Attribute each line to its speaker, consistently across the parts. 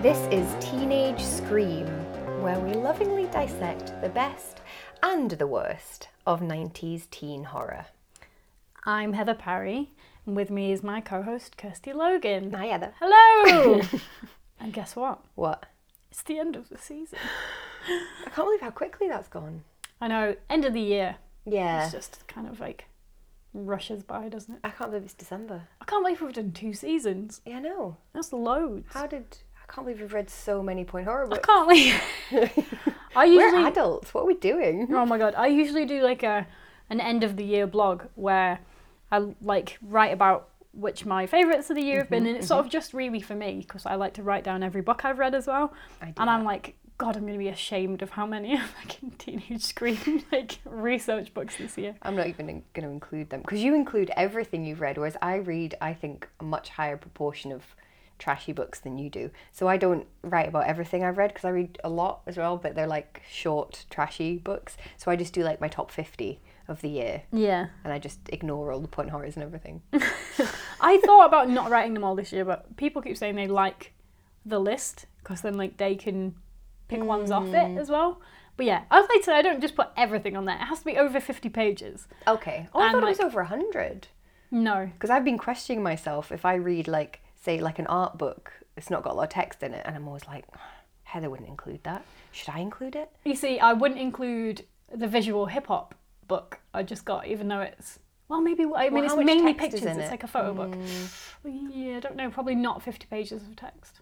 Speaker 1: This is Teenage Scream, where we lovingly dissect the best and the worst of 90s teen horror.
Speaker 2: I'm Heather Parry, and with me is my co host, Kirsty Logan.
Speaker 1: Hi, Heather.
Speaker 2: Hello! and guess what?
Speaker 1: What?
Speaker 2: It's the end of the season.
Speaker 1: I can't believe how quickly that's gone.
Speaker 2: I know, end of the year.
Speaker 1: Yeah.
Speaker 2: It's just kind of like rushes by, doesn't it?
Speaker 1: I can't believe it's December.
Speaker 2: I can't believe we've done two seasons.
Speaker 1: Yeah, I know.
Speaker 2: That's loads.
Speaker 1: How did. I can't believe we've read so many Point Horror
Speaker 2: I
Speaker 1: books.
Speaker 2: can't believe. I usually.
Speaker 1: We're adults. What are we doing?
Speaker 2: Oh my god! I usually do like a an end of the year blog where I like write about which my favourites of the year have
Speaker 1: Mm-hmm,
Speaker 2: been, and it's sort of just really for me because I like to write down every book I've read as well.
Speaker 1: I do
Speaker 2: and I'm like, God, I'm going to be ashamed of how many I like in teenage screen like research books this year.
Speaker 1: I'm not even going to include them because you include everything you've read, whereas I read, I think, a much higher proportion of trashy books than you do. So I don't write about everything I've read because I read a lot as well, but they're like short, trashy books. So I just do like my top 50 of the year
Speaker 2: Yeah,
Speaker 1: and I just ignore all the point horrors and everything.
Speaker 2: Mm. I thought about not writing them all this year, but people keep saying they like the list because then like they can pick ones off
Speaker 1: Mm.
Speaker 2: it as well. But yeah, I was like to say I don't just put everything on there. It has to be over fifty pages.
Speaker 1: Okay. Oh, I
Speaker 2: And,
Speaker 1: thought it was over 100
Speaker 2: No,
Speaker 1: because I've been questioning myself if I read, like, say, like an art book, it's not got a lot of text in it, and I'm always like, Heather wouldn't include that. Should I include it?
Speaker 2: You see, I wouldn't include the visual hip hop book I just got, even though it's well, maybe I mean
Speaker 1: how
Speaker 2: it's
Speaker 1: much
Speaker 2: mainly
Speaker 1: text is
Speaker 2: pictures.
Speaker 1: in
Speaker 2: It's
Speaker 1: it? Mm.
Speaker 2: like a photo book. Yeah, I don't know. Probably not fifty pages of text,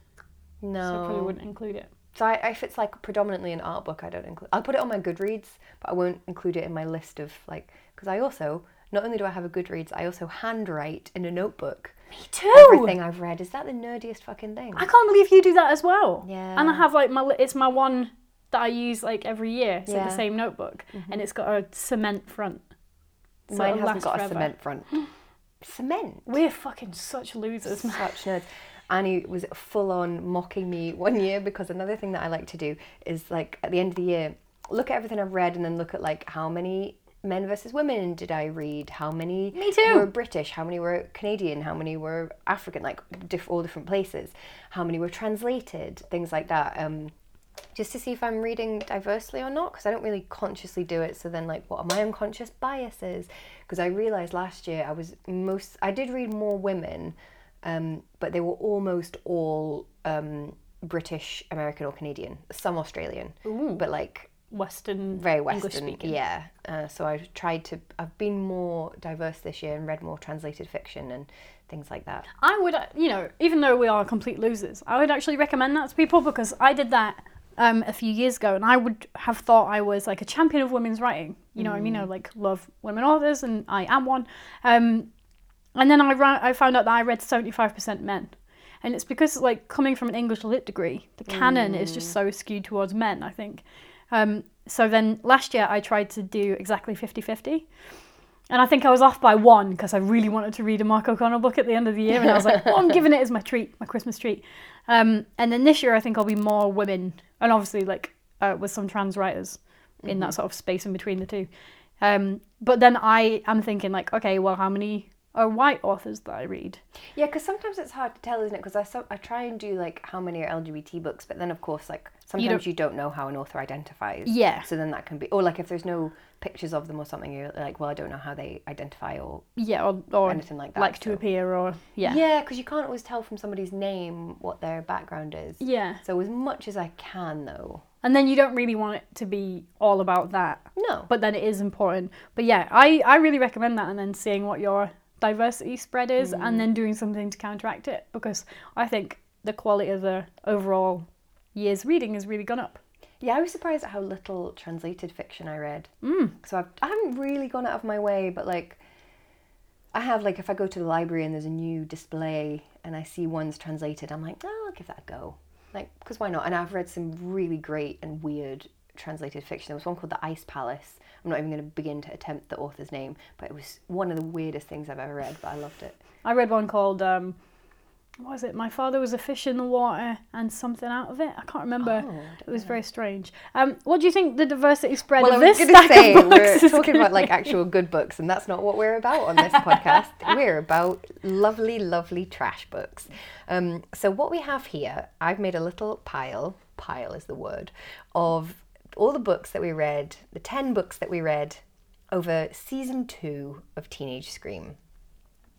Speaker 1: No.
Speaker 2: so I probably wouldn't include it.
Speaker 1: So I, if it's like predominantly an art book, I don't include. I'll put it on my Goodreads, but I won't include it in my list of like because I also not only do I have a Goodreads, I also handwrite in a notebook
Speaker 2: Me too.
Speaker 1: everything I've read. Is that the nerdiest fucking thing?
Speaker 2: I can't believe you do that as well.
Speaker 1: Yeah.
Speaker 2: And I have like my li- it's my one that I use like every year. It's like
Speaker 1: Yeah. Mm-hmm.
Speaker 2: the same notebook, and it's got a cement front. So
Speaker 1: Mine
Speaker 2: it'll
Speaker 1: hasn't
Speaker 2: last
Speaker 1: got
Speaker 2: forever.
Speaker 1: a cement front. cement.
Speaker 2: We're fucking such losers, man.
Speaker 1: such nerds. Annie was full on mocking me one year because another thing that I like to do is like at the end of the year, look at everything I've read and then look at like how many men versus women did I read? How many
Speaker 2: Me too.
Speaker 1: were British? How many were Canadian? How many were African? Like diff- all different places. How many were translated? Things like that. Um, just to see if I'm reading diversely or not, because I don't really consciously do it. So then, like, what are my unconscious biases? Because I realised last year I was most, I did read more women, um, but they were almost all um, British, American, or Canadian, some Australian, but like
Speaker 2: Western,
Speaker 1: very
Speaker 2: English
Speaker 1: Western.
Speaker 2: speaking.
Speaker 1: Yeah. Uh, so I've tried to, I've been more diverse this year and read more translated fiction and things like that.
Speaker 2: I would, uh, you know, even though we are complete losers, I would actually recommend that to people because I did that um, a few years ago and I would have thought I was like a champion of women's writing. You know, what I mean, I like love women authors and I am one. Um, and then I, ra- I found out that I read 75% men. And it's because, like, coming from an English lit degree, the canon is just so skewed towards men, I think. Um, so then last year I tried to do exactly 50 50. And I think I was off by one because I really wanted to read a Mark O'Connell book at the end of the year. And I was like, well, I'm giving it as my treat, my Christmas treat. Um, and then this year, I think I'll be more women and obviously like uh, with some trans writers in
Speaker 1: Mm-hmm.
Speaker 2: that sort of space in between the two. Um, but then I am thinking like, okay, well, how many are white authors that I read?
Speaker 1: Yeah, because sometimes it's hard to tell, isn't it? Because I, so, I try and do like how many are LGBT books, but then of course, like sometimes you don't, know how an author identifies.
Speaker 2: Yeah.
Speaker 1: So then that can be, or like if there's no pictures of them or something, you're like, well, I don't know how they identify or.
Speaker 2: Yeah, or, or
Speaker 1: Anything like that,
Speaker 2: like to
Speaker 1: so-
Speaker 2: appear, or yeah,
Speaker 1: Yeah, because you can't always tell from somebody's name what their background is.
Speaker 2: yeah.
Speaker 1: So as much as I can, though.
Speaker 2: And then you don't really want it to be all about that.
Speaker 1: No.
Speaker 2: but then it is important. But yeah, I, I really recommend that and then seeing what your diversity spread is and
Speaker 1: Mm.
Speaker 2: then doing something to counteract it because I think the quality of the overall year's reading has really gone up.
Speaker 1: Yeah, I was surprised at how little translated fiction I read. So I've, I haven't really gone out of my way, but like, I have like if I go to the library and there's a new display and I see one's translated, I'm like, oh, I'll give that a go, like because why not? And I've read some really great and weird translated fiction. There was one called The Ice Palace. I'm not even going to begin to attempt the author's name, but it was one of the weirdest things I've ever read, but I loved it.
Speaker 2: I read one called um, what was it? My father was a fish in the water and something out of it. I can't remember.
Speaker 1: Oh,
Speaker 2: it was very strange. Um, what do you think the diversity spread
Speaker 1: Well, I
Speaker 2: of
Speaker 1: was
Speaker 2: this
Speaker 1: going to
Speaker 2: stack
Speaker 1: say,
Speaker 2: of books
Speaker 1: we're
Speaker 2: is
Speaker 1: talking
Speaker 2: gonna
Speaker 1: about like
Speaker 2: be?
Speaker 1: actual good books, and that's not what we're about on this podcast. we're about lovely, lovely trash books. Um, so, what we have here, I've made a little pile, pile is the word, of all the books that we read, the 10 books that we read over season two of Teenage Scream.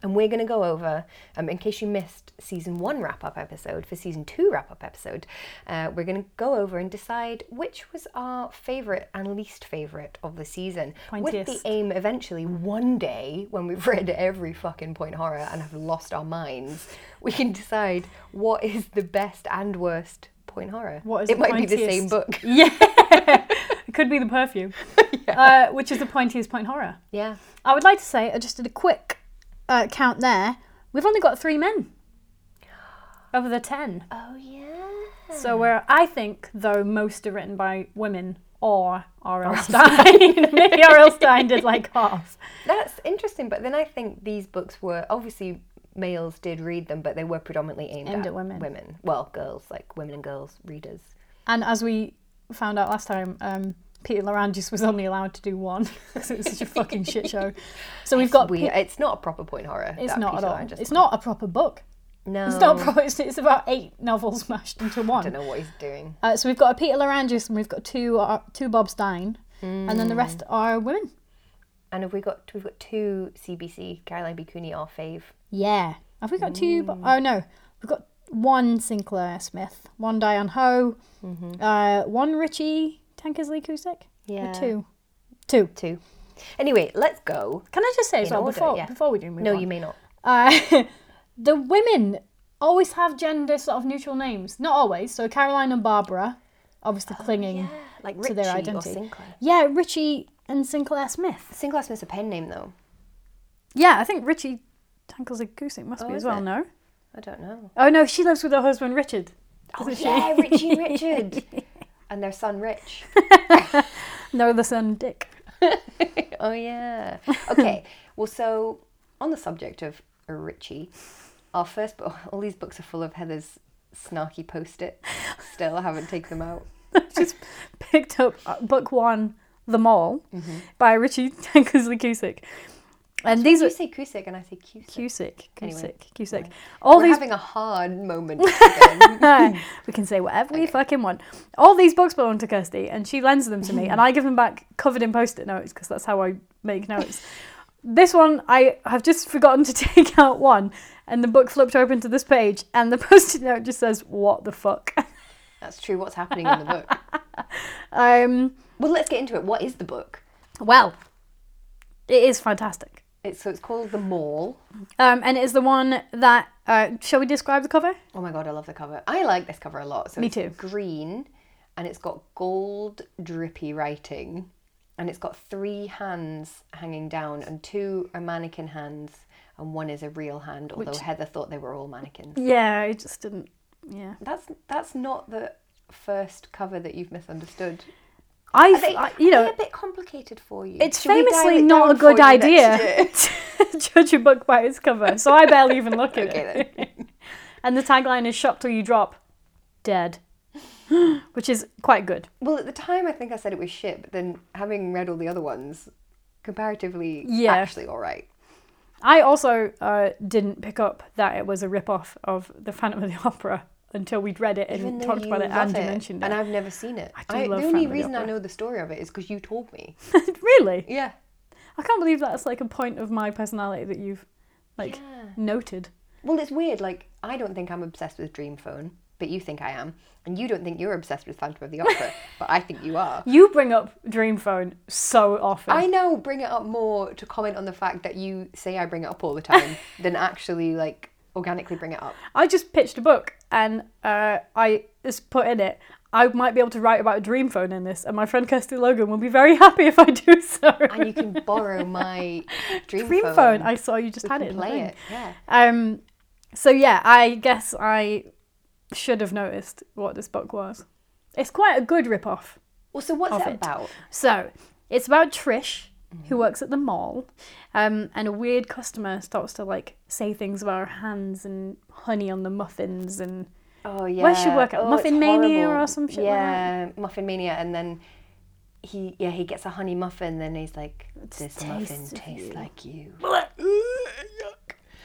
Speaker 1: And we're going to go over, um, in case you missed season one wrap up episode, for season two wrap up episode, uh, we're going to go over and decide which was our favourite and least favourite of the season. With the
Speaker 2: Pointiest.
Speaker 1: aim eventually, one day, when we've read every fucking point horror and have lost our minds, we can decide what is the best and worst point horror.
Speaker 2: What is
Speaker 1: it
Speaker 2: the
Speaker 1: might be the
Speaker 2: pointiest?
Speaker 1: same book.
Speaker 2: yeah, it could be the perfume, uh, which is the pointiest point horror.
Speaker 1: Yeah.
Speaker 2: I would like to say I just did a quick uh, count there. We've only got three men over the ten.
Speaker 1: Oh, yeah.
Speaker 2: So where I think though most are written by women or R.L. Stein. Maybe R.L. Stein did like half.
Speaker 1: That's interesting, but then I think these books were obviously males did read them, but they were predominantly aimed,
Speaker 2: Aimed at women.
Speaker 1: Women, well, girls, like women and girls readers.
Speaker 2: And as we found out last time, um, Peter Larandis was only allowed to do one because it was such a fucking shit show. So we've got.
Speaker 1: We,
Speaker 2: Pe-
Speaker 1: it's not a proper point horror.
Speaker 2: it's
Speaker 1: that
Speaker 2: not
Speaker 1: piece
Speaker 2: at
Speaker 1: of
Speaker 2: all.
Speaker 1: it, I just-
Speaker 2: It's not a proper book.
Speaker 1: No,
Speaker 2: It's not. Pro- it's, it's about eight novels mashed into
Speaker 1: I don't
Speaker 2: one.
Speaker 1: know what he's doing.
Speaker 2: Uh, so we've got a Peter Larandis and we've got two uh, two Bob Stein, and
Speaker 1: Hmm.
Speaker 2: then the rest are women.
Speaker 1: And have we got we've got two CBC Caroline B Cooney our fave.
Speaker 2: Yeah. Have we got two?
Speaker 1: Hmm.
Speaker 2: Bo- oh no, we've got one Sinclair Smith, one Diane Ho, uh, one Richie Tankersley Cusick.
Speaker 1: Mm-hmm.
Speaker 2: Or
Speaker 1: Yeah.
Speaker 2: Two. Two.
Speaker 1: Two. Anyway, let's go.
Speaker 2: Can I just say as
Speaker 1: In
Speaker 2: well
Speaker 1: order,
Speaker 2: before
Speaker 1: yeah.
Speaker 2: before we do move
Speaker 1: no,
Speaker 2: on?
Speaker 1: you may not.
Speaker 2: Uh, the women always have gender sort of neutral names. Not always. So Caroline and Barbara, obviously clinging.
Speaker 1: Oh, Yeah,
Speaker 2: yeah.
Speaker 1: like
Speaker 2: to
Speaker 1: Richie
Speaker 2: their
Speaker 1: or
Speaker 2: identity.
Speaker 1: Sinclair.
Speaker 2: Richie and Sinclair Smith.
Speaker 1: Sinclair Smith's a pen name though.
Speaker 2: Yeah, I think Richie Tankersley Cusick must
Speaker 1: Oh,
Speaker 2: be
Speaker 1: is
Speaker 2: as well.
Speaker 1: it?
Speaker 2: No.
Speaker 1: I don't know.
Speaker 2: Oh no, she lives with her husband Richard.
Speaker 1: Oh
Speaker 2: Doesn't she?
Speaker 1: yeah, Richie Richard, and their son Rich.
Speaker 2: No, the son Dick.
Speaker 1: Oh yeah. Okay. well, so on the subject of Richie, our first book. All these books are full of Heather's snarky post-it. Still, I haven't taken them out.
Speaker 2: just picked up uh, book one, The Mall,
Speaker 1: Mm-hmm.
Speaker 2: by Richie Tankersley Cusick. And these
Speaker 1: You
Speaker 2: are
Speaker 1: say Cusick and I say Cusick.
Speaker 2: Cusick, Cusick,
Speaker 1: Anyway,
Speaker 2: Cusick.
Speaker 1: fine.
Speaker 2: All
Speaker 1: We're
Speaker 2: these,
Speaker 1: having a hard moment. Again.
Speaker 2: we can say whatever we fucking want. All these books belong to Kirsty, and she lends them to me, and I give them back covered in post-it notes because that's how I make notes. this one, I have just forgotten to take out one, and the book flipped open to this page, and the post-it note just says, "What the fuck."
Speaker 1: That's true. What's happening in the book?
Speaker 2: Um,
Speaker 1: Well, let's get into it. What is the book?
Speaker 2: well, it is fantastic.
Speaker 1: It's so it's called The Mall.
Speaker 2: Um, and it is the one that uh, shall we describe the cover?
Speaker 1: Oh my god, I love the cover. I like this cover a lot. So
Speaker 2: Me
Speaker 1: it's
Speaker 2: too.
Speaker 1: green and it's got gold drippy writing and it's got three hands hanging down and two are mannequin hands and one is a real hand, although Heather thought they were all mannequins.
Speaker 2: Yeah, I just didn't. Yeah,
Speaker 1: That's that's not the first cover that you've misunderstood.
Speaker 2: I,
Speaker 1: They,
Speaker 2: I you know
Speaker 1: they're a bit complicated for you.
Speaker 2: it's
Speaker 1: Should we dial
Speaker 2: famously
Speaker 1: it
Speaker 2: not a
Speaker 1: down for
Speaker 2: good
Speaker 1: you next year?
Speaker 2: idea to judge a book by its cover, so I barely even look at
Speaker 1: Okay
Speaker 2: it.
Speaker 1: then.
Speaker 2: And the tagline is "Shop till you drop dead," which is quite good.
Speaker 1: Well, at the time, I think I said it was shit, but then having read all the other ones, comparatively,
Speaker 2: Yeah.
Speaker 1: actually, all right.
Speaker 2: I also uh, didn't pick up that it was a rip-off of the Phantom of the Opera until we'd read it and
Speaker 1: Even though
Speaker 2: talked about
Speaker 1: you
Speaker 2: it and
Speaker 1: love
Speaker 2: you mentioned
Speaker 1: and
Speaker 2: it.
Speaker 1: I've never seen it.
Speaker 2: do love
Speaker 1: the only
Speaker 2: Phantom of the
Speaker 1: reason I
Speaker 2: Opera.
Speaker 1: know the story of it is because you told me.
Speaker 2: really,
Speaker 1: Yeah,
Speaker 2: I can't believe that's like a point of my personality that you've like
Speaker 1: Yeah.
Speaker 2: noted.
Speaker 1: Well, it's weird. Like I don't think I'm obsessed with Dream Phone, but you think I am, and you don't think you're obsessed with Phantom of the Opera, but I think you are.
Speaker 2: You bring up Dream Phone so often.
Speaker 1: I now bring it up more to comment on the fact that you say I bring it up all the time than actually like organically bring it up.
Speaker 2: I just pitched a book and uh, I just put in it, I might be able to write about a dream phone in this, and my friend Kirsty Logan will be very happy if I do so.
Speaker 1: And you can borrow my Dream,
Speaker 2: dream phone, I saw you just
Speaker 1: We
Speaker 2: had
Speaker 1: can
Speaker 2: it. in the
Speaker 1: play
Speaker 2: thing.
Speaker 1: it. Yeah.
Speaker 2: Um, so yeah, I guess I should have noticed what this book was. It's quite a good rip off
Speaker 1: Well, so what's
Speaker 2: of
Speaker 1: it
Speaker 2: it.
Speaker 1: about?
Speaker 2: So it's about Trish,
Speaker 1: Mm-hmm.
Speaker 2: who works at the mall, um, and a weird customer starts to like say things about her hands and honey on the muffins and
Speaker 1: Oh yeah.
Speaker 2: Where should work at?
Speaker 1: it's
Speaker 2: Muffin Mania
Speaker 1: horrible.
Speaker 2: or some shit like
Speaker 1: Yeah, Muffin Mania, and then he yeah he gets a honey muffin, then he's like, this
Speaker 2: tastes
Speaker 1: muffin
Speaker 2: of
Speaker 1: tastes
Speaker 2: you."
Speaker 1: like you.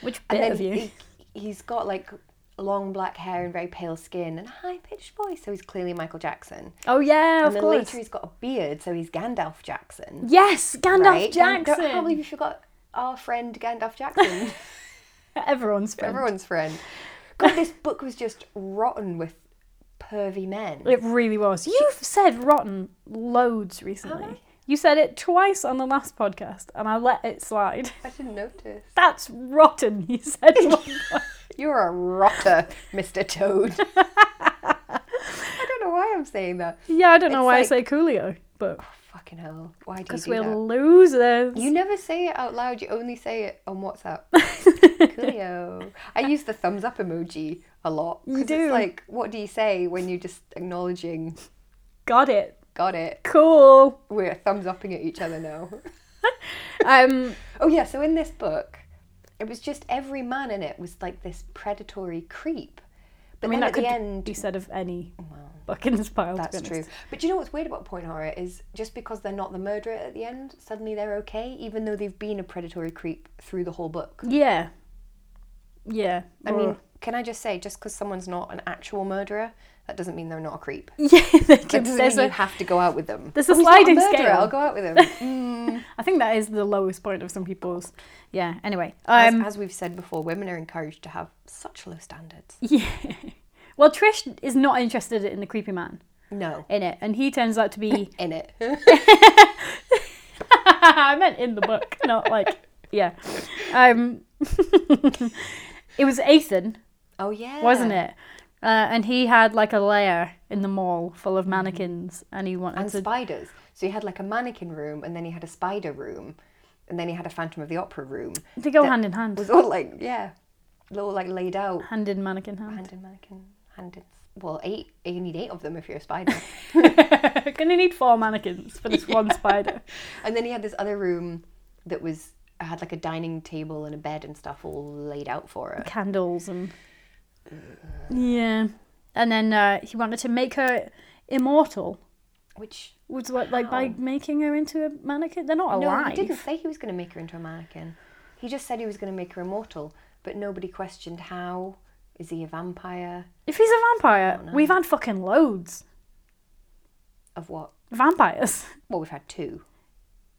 Speaker 2: which
Speaker 1: And
Speaker 2: bit
Speaker 1: then
Speaker 2: of you?
Speaker 1: he, he's got like long black hair and very pale skin and a high pitched voice, so he's clearly Michael Jackson.
Speaker 2: oh yeah,
Speaker 1: And
Speaker 2: of
Speaker 1: then
Speaker 2: course.
Speaker 1: later he's got a beard, so he's Gandalf Jackson.
Speaker 2: yes, Gandalf
Speaker 1: right? Gan-
Speaker 2: Jackson.
Speaker 1: I can't believe you forgot our friend Gandalf Jackson.
Speaker 2: Everyone's friend.
Speaker 1: everyone's friend. God, this book was just rotten with pervy men.
Speaker 2: It really was. You've said rotten loads recently. You said it twice on the last podcast, and I let it slide.
Speaker 1: I didn't notice.
Speaker 2: That's rotten. You said. rotten.
Speaker 1: You're a rotter, Mr. Toad. I don't know why I'm saying that.
Speaker 2: yeah, I don't know
Speaker 1: It's
Speaker 2: why
Speaker 1: like-
Speaker 2: I say Coolio, but
Speaker 1: Fucking hell. Why do you
Speaker 2: because
Speaker 1: do
Speaker 2: we're
Speaker 1: that?
Speaker 2: losers.
Speaker 1: You never say it out loud, you only say it on WhatsApp. Coolio. I use the thumbs up emoji a lot.
Speaker 2: You
Speaker 1: 'cause
Speaker 2: do.
Speaker 1: It's like, what do you say when you're just acknowledging,
Speaker 2: Got it.
Speaker 1: got it?
Speaker 2: Cool.
Speaker 1: We're thumbs upping at each other now.
Speaker 2: Um,
Speaker 1: Oh, yeah, so in this book, it was just every man in it was like this predatory creep. But
Speaker 2: I
Speaker 1: then
Speaker 2: mean, that
Speaker 1: at
Speaker 2: could
Speaker 1: the end, Oh,
Speaker 2: be said of any
Speaker 1: well,
Speaker 2: Buckins pile. to
Speaker 1: That's
Speaker 2: be
Speaker 1: true.
Speaker 2: honest.
Speaker 1: But do you know what's weird about point horror is just because they're not the murderer at the end, suddenly they're okay, even though they've been a predatory creep through the whole book.
Speaker 2: Yeah. Yeah.
Speaker 1: I mean,
Speaker 2: or-
Speaker 1: can I just say, just because someone's not an actual murderer, that doesn't mean they're not a creep.
Speaker 2: yeah. They
Speaker 1: That
Speaker 2: could,
Speaker 1: doesn't
Speaker 2: there's
Speaker 1: mean you
Speaker 2: a,
Speaker 1: have to go out with them.
Speaker 2: there's a
Speaker 1: "Oh, he's not
Speaker 2: sliding
Speaker 1: murderer,
Speaker 2: scale."
Speaker 1: I'll go out with him. Mm.
Speaker 2: I think that is the lowest point of some people's. Yeah. Anyway.
Speaker 1: as,
Speaker 2: Um,
Speaker 1: as we've said before, women are encouraged to have such low standards.
Speaker 2: Yeah. Well, Trish is not interested in the creepy man
Speaker 1: No,
Speaker 2: in it, and he turns out to be.
Speaker 1: in it.
Speaker 2: I meant in the book, not like. Yeah. Um, it was Ethan,
Speaker 1: oh yeah,
Speaker 2: wasn't it? Uh, and he had like a lair in the mall full of mannequins, Mm-hmm. and he wanted
Speaker 1: And
Speaker 2: to.
Speaker 1: spiders. So he had like a mannequin room, and then he had a spider room, and then he had a Phantom of the Opera room.
Speaker 2: They go hand in hand.
Speaker 1: was all like yeah, all like laid out,
Speaker 2: hand in mannequin hand.
Speaker 1: hand in mannequin, hand in. Well, eight. You need eight of them if you're a spider.
Speaker 2: Gonna need four mannequins for this one spider.
Speaker 1: and then he had this other room that was had like a dining table and a bed and stuff all laid out for her.
Speaker 2: candles and
Speaker 1: Uh,
Speaker 2: yeah and then uh, he wanted to make her immortal
Speaker 1: Which
Speaker 2: was what like by
Speaker 1: How?
Speaker 2: making her into a mannequin they're not
Speaker 1: no,
Speaker 2: alive
Speaker 1: he didn't say he was going to make her into a mannequin. He just said he was going to make her immortal, but nobody questioned how. Is he a vampire
Speaker 2: if he's a vampire
Speaker 1: Oh,
Speaker 2: we've had fucking loads
Speaker 1: of what?
Speaker 2: vampires
Speaker 1: Well, we've had two.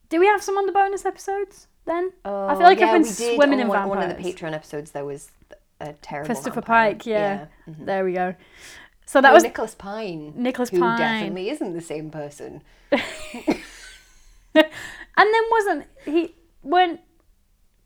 Speaker 2: do we have some on the bonus episodes then i
Speaker 1: Oh,
Speaker 2: feel like
Speaker 1: yeah,
Speaker 2: i've been
Speaker 1: we did
Speaker 2: swimming
Speaker 1: on
Speaker 2: in
Speaker 1: one, One
Speaker 2: vampires
Speaker 1: of the Patreon episodes, there was a terrible
Speaker 2: christopher
Speaker 1: vampire.
Speaker 2: pike yeah,
Speaker 1: yeah. mm-hmm.
Speaker 2: there we go so that was
Speaker 1: Nicholas Pine.
Speaker 2: Nicholas
Speaker 1: who
Speaker 2: Pine.
Speaker 1: definitely isn't the same person.
Speaker 2: and then wasn't he weren't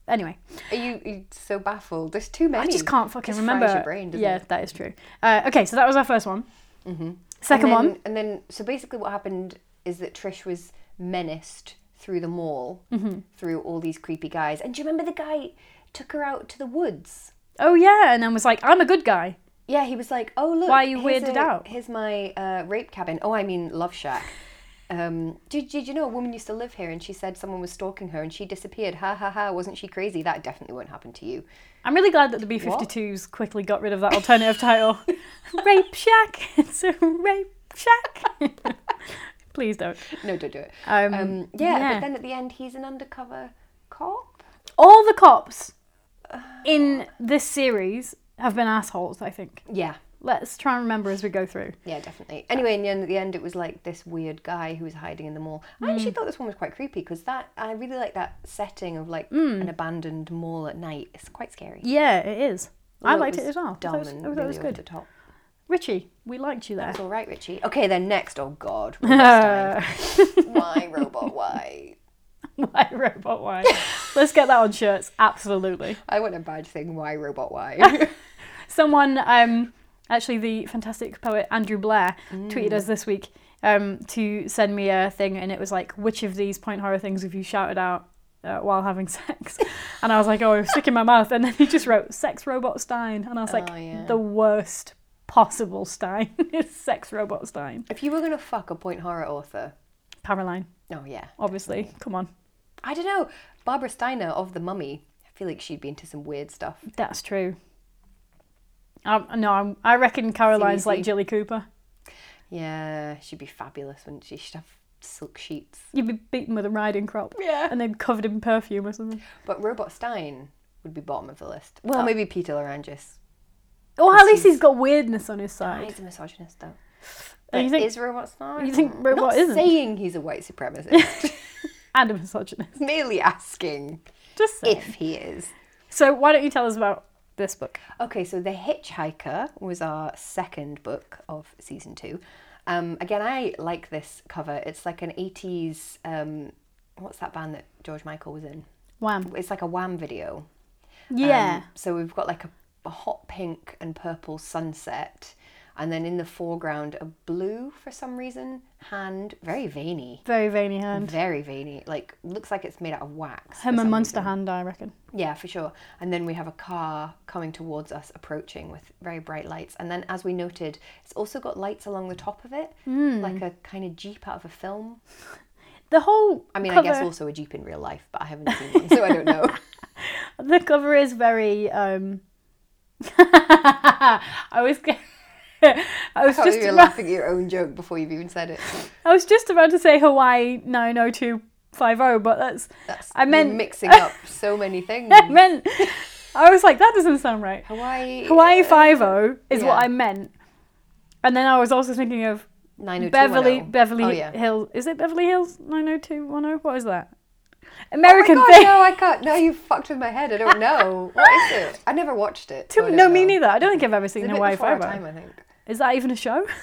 Speaker 2: anyway
Speaker 1: Are you you so baffled? There's too many.
Speaker 2: I just can't fucking
Speaker 1: Just fries
Speaker 2: remember.
Speaker 1: your brain, doesn't
Speaker 2: yeah,
Speaker 1: it? Mm-hmm.
Speaker 2: that is true. Uh, okay, so that was our first one.
Speaker 1: And
Speaker 2: Second
Speaker 1: then-
Speaker 2: one.
Speaker 1: And then, so basically, what happened is that Trish was menaced through the mall,
Speaker 2: Mm-hmm.
Speaker 1: through all these creepy guys. And do you remember the guy took her out to the woods?
Speaker 2: Oh yeah, and then was like, I'm a good guy.
Speaker 1: Yeah, he was like, "Oh look,
Speaker 2: Why are you
Speaker 1: here's
Speaker 2: weirded
Speaker 1: a-
Speaker 2: out?
Speaker 1: Here's my uh, rape cabin. Oh, I mean, love shack." Um, did, did you know a woman used to live here and she said someone was stalking her and she disappeared? Ha ha ha! Wasn't she crazy? That definitely won't happen to you.
Speaker 2: I'm really glad that the B52s quickly got rid of that alternative title. rape Shack. It's a rape shack. Please don't.
Speaker 1: No, don't do it.
Speaker 2: Um,
Speaker 1: Um, yeah,
Speaker 2: yeah.
Speaker 1: but then at the end, he's an undercover cop.
Speaker 2: All the cops in this series have been assholes. I think.
Speaker 1: Yeah,
Speaker 2: Let's try and remember as we go through.
Speaker 1: yeah, definitely. Anyway, in the end, at the end, it was like this weird guy who was hiding in the mall.
Speaker 2: Hmm.
Speaker 1: I actually thought this one was quite creepy because that I really like that setting of like an abandoned mall at night. It's quite scary.
Speaker 2: Hmm. Yeah, it is. I
Speaker 1: Although
Speaker 2: liked it,
Speaker 1: was
Speaker 2: as well. I thought
Speaker 1: Dumb
Speaker 2: it was,
Speaker 1: and
Speaker 2: I thought it
Speaker 1: really
Speaker 2: was
Speaker 1: over the
Speaker 2: good.
Speaker 1: top.
Speaker 2: Richie, we liked you there.
Speaker 1: That's all right, Richie. Okay, then next. Oh God, Robert Stein. why robot? Why?
Speaker 2: Why robot? Why? Let's get that on shirts. Absolutely.
Speaker 1: I want a badge saying why robot? Why?
Speaker 2: Someone, um, actually, the fantastic poet Andrew Blair tweeted us this week um, to send me a thing, and it was like, which of these point horror things have you shouted out uh, while having sex? and I was like, oh, it was sick in my mouth. And then he just wrote, sex robot Stein. And I was like,
Speaker 1: Oh, yeah.
Speaker 2: the worst possible Stein. it's sex robot Stein.
Speaker 1: If you were gonna fuck a point horror author,
Speaker 2: Caroline,
Speaker 1: oh yeah,
Speaker 2: obviously. Come on.
Speaker 1: I don't know. Barbara Steiner of the Mummy. I feel like she'd be into some weird stuff.
Speaker 2: That's true. Um, no, I'm, I reckon Caroline's like
Speaker 1: CVC.
Speaker 2: Jilly Cooper.
Speaker 1: Yeah, she'd be fabulous, wouldn't she? She'd have silk sheets.
Speaker 2: You'd be beaten with a riding crop.
Speaker 1: Yeah.
Speaker 2: And then covered in perfume or something.
Speaker 1: But Robot Stein would be bottom of the list.
Speaker 2: Oh.
Speaker 1: Well, maybe Peter Larangis.
Speaker 2: Or at least he's got weirdness on his side.
Speaker 1: He's a misogynist, though.
Speaker 2: And you
Speaker 1: But
Speaker 2: think-
Speaker 1: is Robot Stein?
Speaker 2: you think Robot
Speaker 1: Not
Speaker 2: isn't?
Speaker 1: saying he's a white supremacist.
Speaker 2: And a misogynist.
Speaker 1: merely asking
Speaker 2: Just saying.
Speaker 1: if he is.
Speaker 2: So why don't you tell us about this book?
Speaker 1: Okay, so The Hitchhiker was our second book of season two. Um, again, I like this cover. It's like an 80s, um, what's that band that George Michael was in?
Speaker 2: Wham.
Speaker 1: It's like a Wham video. Um,
Speaker 2: Yeah.
Speaker 1: so we've got like a, a hot pink and purple sunset. And then in the foreground, a blue, for some reason, hand, very veiny.
Speaker 2: Very veiny hand.
Speaker 1: Very veiny. Like, looks like it's made out of wax. for
Speaker 2: Him and
Speaker 1: some
Speaker 2: Monster
Speaker 1: reason.
Speaker 2: Hand, I reckon.
Speaker 1: Yeah, for sure. And then we have a car coming towards us, approaching with very bright lights. And then, as we noted, it's also got lights along the top of it,
Speaker 2: Hmm.
Speaker 1: like a kind of jeep out of a film.
Speaker 2: The whole
Speaker 1: I mean,
Speaker 2: cover,
Speaker 1: I guess also a jeep in real life, but I haven't seen one, so I don't know.
Speaker 2: the cover is very um I was g- I was
Speaker 1: I
Speaker 2: just
Speaker 1: you were
Speaker 2: about,
Speaker 1: laughing at your own joke before you've even said it.
Speaker 2: I was just about to say Hawaii 90250 oh, but that's,
Speaker 1: That's
Speaker 2: I
Speaker 1: I
Speaker 2: meant-
Speaker 1: meant mixing up so many things.
Speaker 2: I meant I was like that doesn't sound right.
Speaker 1: Hawaii, uh,
Speaker 2: Hawaii 50 is what
Speaker 1: Yeah.
Speaker 2: I meant. And then I was also thinking of
Speaker 1: 90210.
Speaker 2: Beverly Beverly
Speaker 1: Oh, yeah.
Speaker 2: Hills. Is it Beverly Hills 90210? What is that?
Speaker 1: Oh my
Speaker 2: American
Speaker 1: God,
Speaker 2: thing.
Speaker 1: no, I can't. No, you fucked with my head. I don't know. What is it? I never watched it. so Oh, I
Speaker 2: No,
Speaker 1: don't
Speaker 2: me
Speaker 1: know.
Speaker 2: neither. I don't think I've ever
Speaker 1: It's
Speaker 2: seen
Speaker 1: a bit
Speaker 2: Hawaii
Speaker 1: before our
Speaker 2: 50.
Speaker 1: time, I think.
Speaker 2: oh. Is that even a show?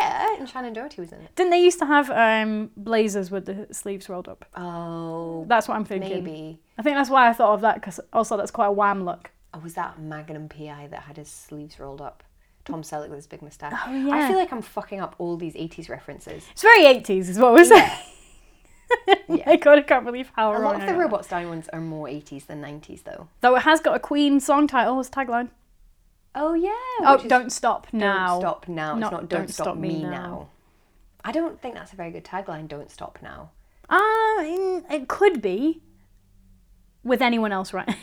Speaker 1: Yeah, and Shannon Doherty was in it.
Speaker 2: Didn't they used to have um, blazers with the sleeves rolled up?
Speaker 1: Oh,
Speaker 2: That's what I'm thinking.
Speaker 1: maybe.
Speaker 2: I think that's why I thought of that because also that's quite a wham look.
Speaker 1: Oh, was that Magnum PI that had his sleeves rolled up? Tom Selleck with his big moustache.
Speaker 2: Oh, yeah.
Speaker 1: I feel like I'm fucking up all these 80s references.
Speaker 2: It's very 80s, is what we're saying.
Speaker 1: Yeah.
Speaker 2: I God, I can't believe how
Speaker 1: A
Speaker 2: wrong
Speaker 1: lot of
Speaker 2: I
Speaker 1: the
Speaker 2: am.
Speaker 1: Robot Stein ones are more 80s than 90s, though.
Speaker 2: Though it has got a Queen song title as tagline.
Speaker 1: Oh, yeah.
Speaker 2: Oh,
Speaker 1: which is
Speaker 2: don't stop now.
Speaker 1: Don't stop now.
Speaker 2: Not
Speaker 1: it's not don't, stop, me, now.
Speaker 2: now.
Speaker 1: I don't think that's a very good tagline, don't stop now.
Speaker 2: Ah, mm, it could be with anyone else, right?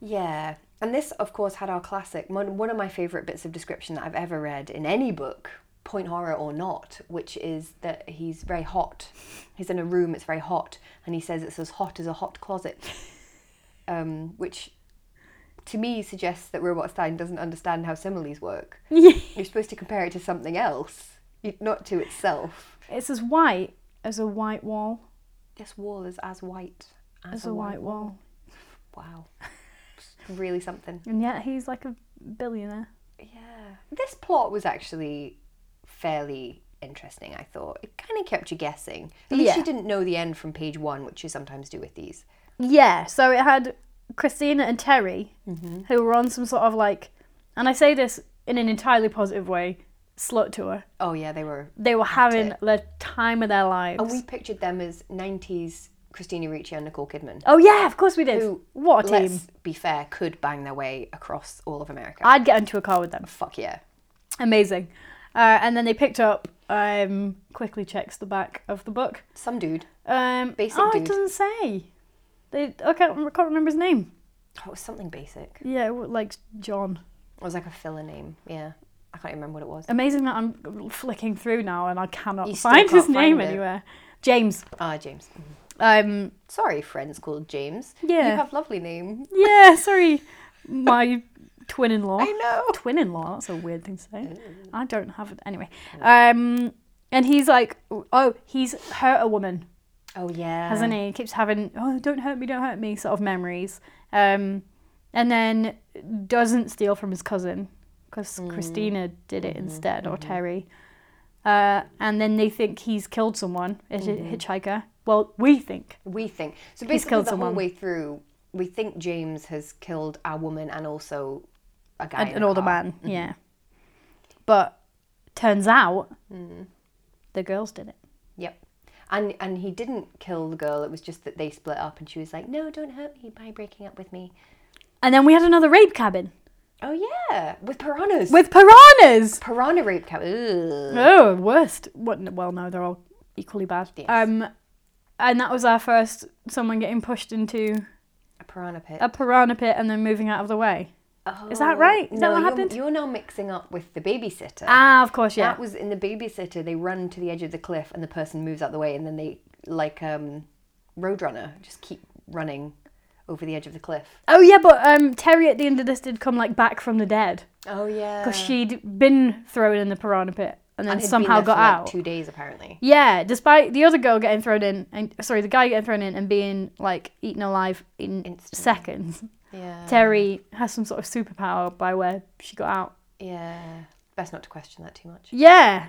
Speaker 1: Yeah. And this, of course, had our classic, one one of my favourite bits of description that I've ever read in any book, point horror or not, which is that he's very hot. He's in a room, it's very hot, and he says it's as hot as a hot closet. Um, which to me suggests that Robot Stein doesn't understand how similes work. You're supposed to compare it to something else, you- not to itself.
Speaker 2: it's as white as a white wall.
Speaker 1: This wall is as white as,
Speaker 2: As a white wall.
Speaker 1: Wow. really something.
Speaker 2: And yet he's like a billionaire.
Speaker 1: Yeah. This plot was actually fairly interesting, I thought. It kind of kept you guessing. At least
Speaker 2: Yeah.
Speaker 1: you didn't know the end from page one, which you sometimes do with these.
Speaker 2: Yeah, so it had Christina and Terry, who were on some sort of like, and I say this in an entirely positive way, slut tour.
Speaker 1: Oh, yeah, they were.
Speaker 2: They were having the time of their lives.
Speaker 1: And we pictured them as 90s Christina Ricci and Nicole Kidman.
Speaker 2: oh yeah, of course we did.
Speaker 1: Who,
Speaker 2: what a team!
Speaker 1: Let's be fair, could bang their way across all of America.
Speaker 2: I'd get into a car with them.
Speaker 1: Fuck yeah.
Speaker 2: Amazing. Uh, and then they picked up. Um, quickly checks the back of the book.
Speaker 1: Some dude.
Speaker 2: Um,
Speaker 1: Basic
Speaker 2: oh, it
Speaker 1: dude.
Speaker 2: doesn't say. They, I can't, I can't remember his name.
Speaker 1: Oh, it was something basic.
Speaker 2: Yeah, it was like John.
Speaker 1: It was like a filler name. Yeah. I can't remember what it was.
Speaker 2: Amazing that I'm flicking through now and I cannot
Speaker 1: You still
Speaker 2: find his
Speaker 1: can't
Speaker 2: name
Speaker 1: find it.
Speaker 2: anywhere. James.
Speaker 1: Ah, James.
Speaker 2: Um,
Speaker 1: Sorry, friends called James.
Speaker 2: Yeah.
Speaker 1: You have lovely name.
Speaker 2: yeah, sorry, my twin-in-law.
Speaker 1: I know. Mm.
Speaker 2: Twin-in-law. That's a weird thing to say. I don't have it anyway. Um, and he's like, oh, he's hurt a woman,
Speaker 1: Oh, yeah.
Speaker 2: hasn't he? Keeps having, oh, don't hurt me, don't hurt me, sort of memories. Um, and then doesn't steal from his cousin because Christina did it instead, or Terry. Uh, and then they think he's killed someone, a hi- hitchhiker. Well, we think.
Speaker 1: We think so. Basically,
Speaker 2: killed
Speaker 1: the
Speaker 2: someone.
Speaker 1: whole way through, we think James has killed a woman and also a guy,
Speaker 2: an,
Speaker 1: in
Speaker 2: an
Speaker 1: a
Speaker 2: older
Speaker 1: car.
Speaker 2: man, yeah. But turns out the girls did it.
Speaker 1: Yep, and and he didn't kill the girl. It was just that they split up, and she was like, "No, don't hurt me by breaking up with me."
Speaker 2: And then we had another rape cabin.
Speaker 1: Oh yeah, with piranhas.
Speaker 2: with piranhas.
Speaker 1: piranha rape camp. Ugh.
Speaker 2: Oh, worst. What? Well, no, they're all equally bad.
Speaker 1: Yes.
Speaker 2: Um, and that was our first someone getting pushed into
Speaker 1: A piranha pit.
Speaker 2: a piranha pit and then moving out of the way. is that
Speaker 1: Oh,
Speaker 2: right? Is that
Speaker 1: no,
Speaker 2: what
Speaker 1: you're-
Speaker 2: happened?
Speaker 1: You're, now mixing up with the babysitter.
Speaker 2: Ah, of course, yeah.
Speaker 1: That was in the babysitter. They run to the edge of the cliff, and the person moves out the way, and then they like um, Roadrunner just keep running over the edge of the cliff.
Speaker 2: oh yeah, but um, Terry at the end of this did come like back from the dead
Speaker 1: Oh yeah,
Speaker 2: because she'd been thrown in the piranha pit and then
Speaker 1: had been
Speaker 2: somehow
Speaker 1: there for,
Speaker 2: got
Speaker 1: like,
Speaker 2: out.
Speaker 1: two days apparently.
Speaker 2: Yeah, despite the other girl getting thrown in, and sorry, the guy getting thrown in and being like eaten alive in
Speaker 1: Instantly. Uh.
Speaker 2: seconds,
Speaker 1: Yeah,
Speaker 2: Terry has some sort of superpower by where she got out.
Speaker 1: yeah. Best not to question that too much.
Speaker 2: Yeah.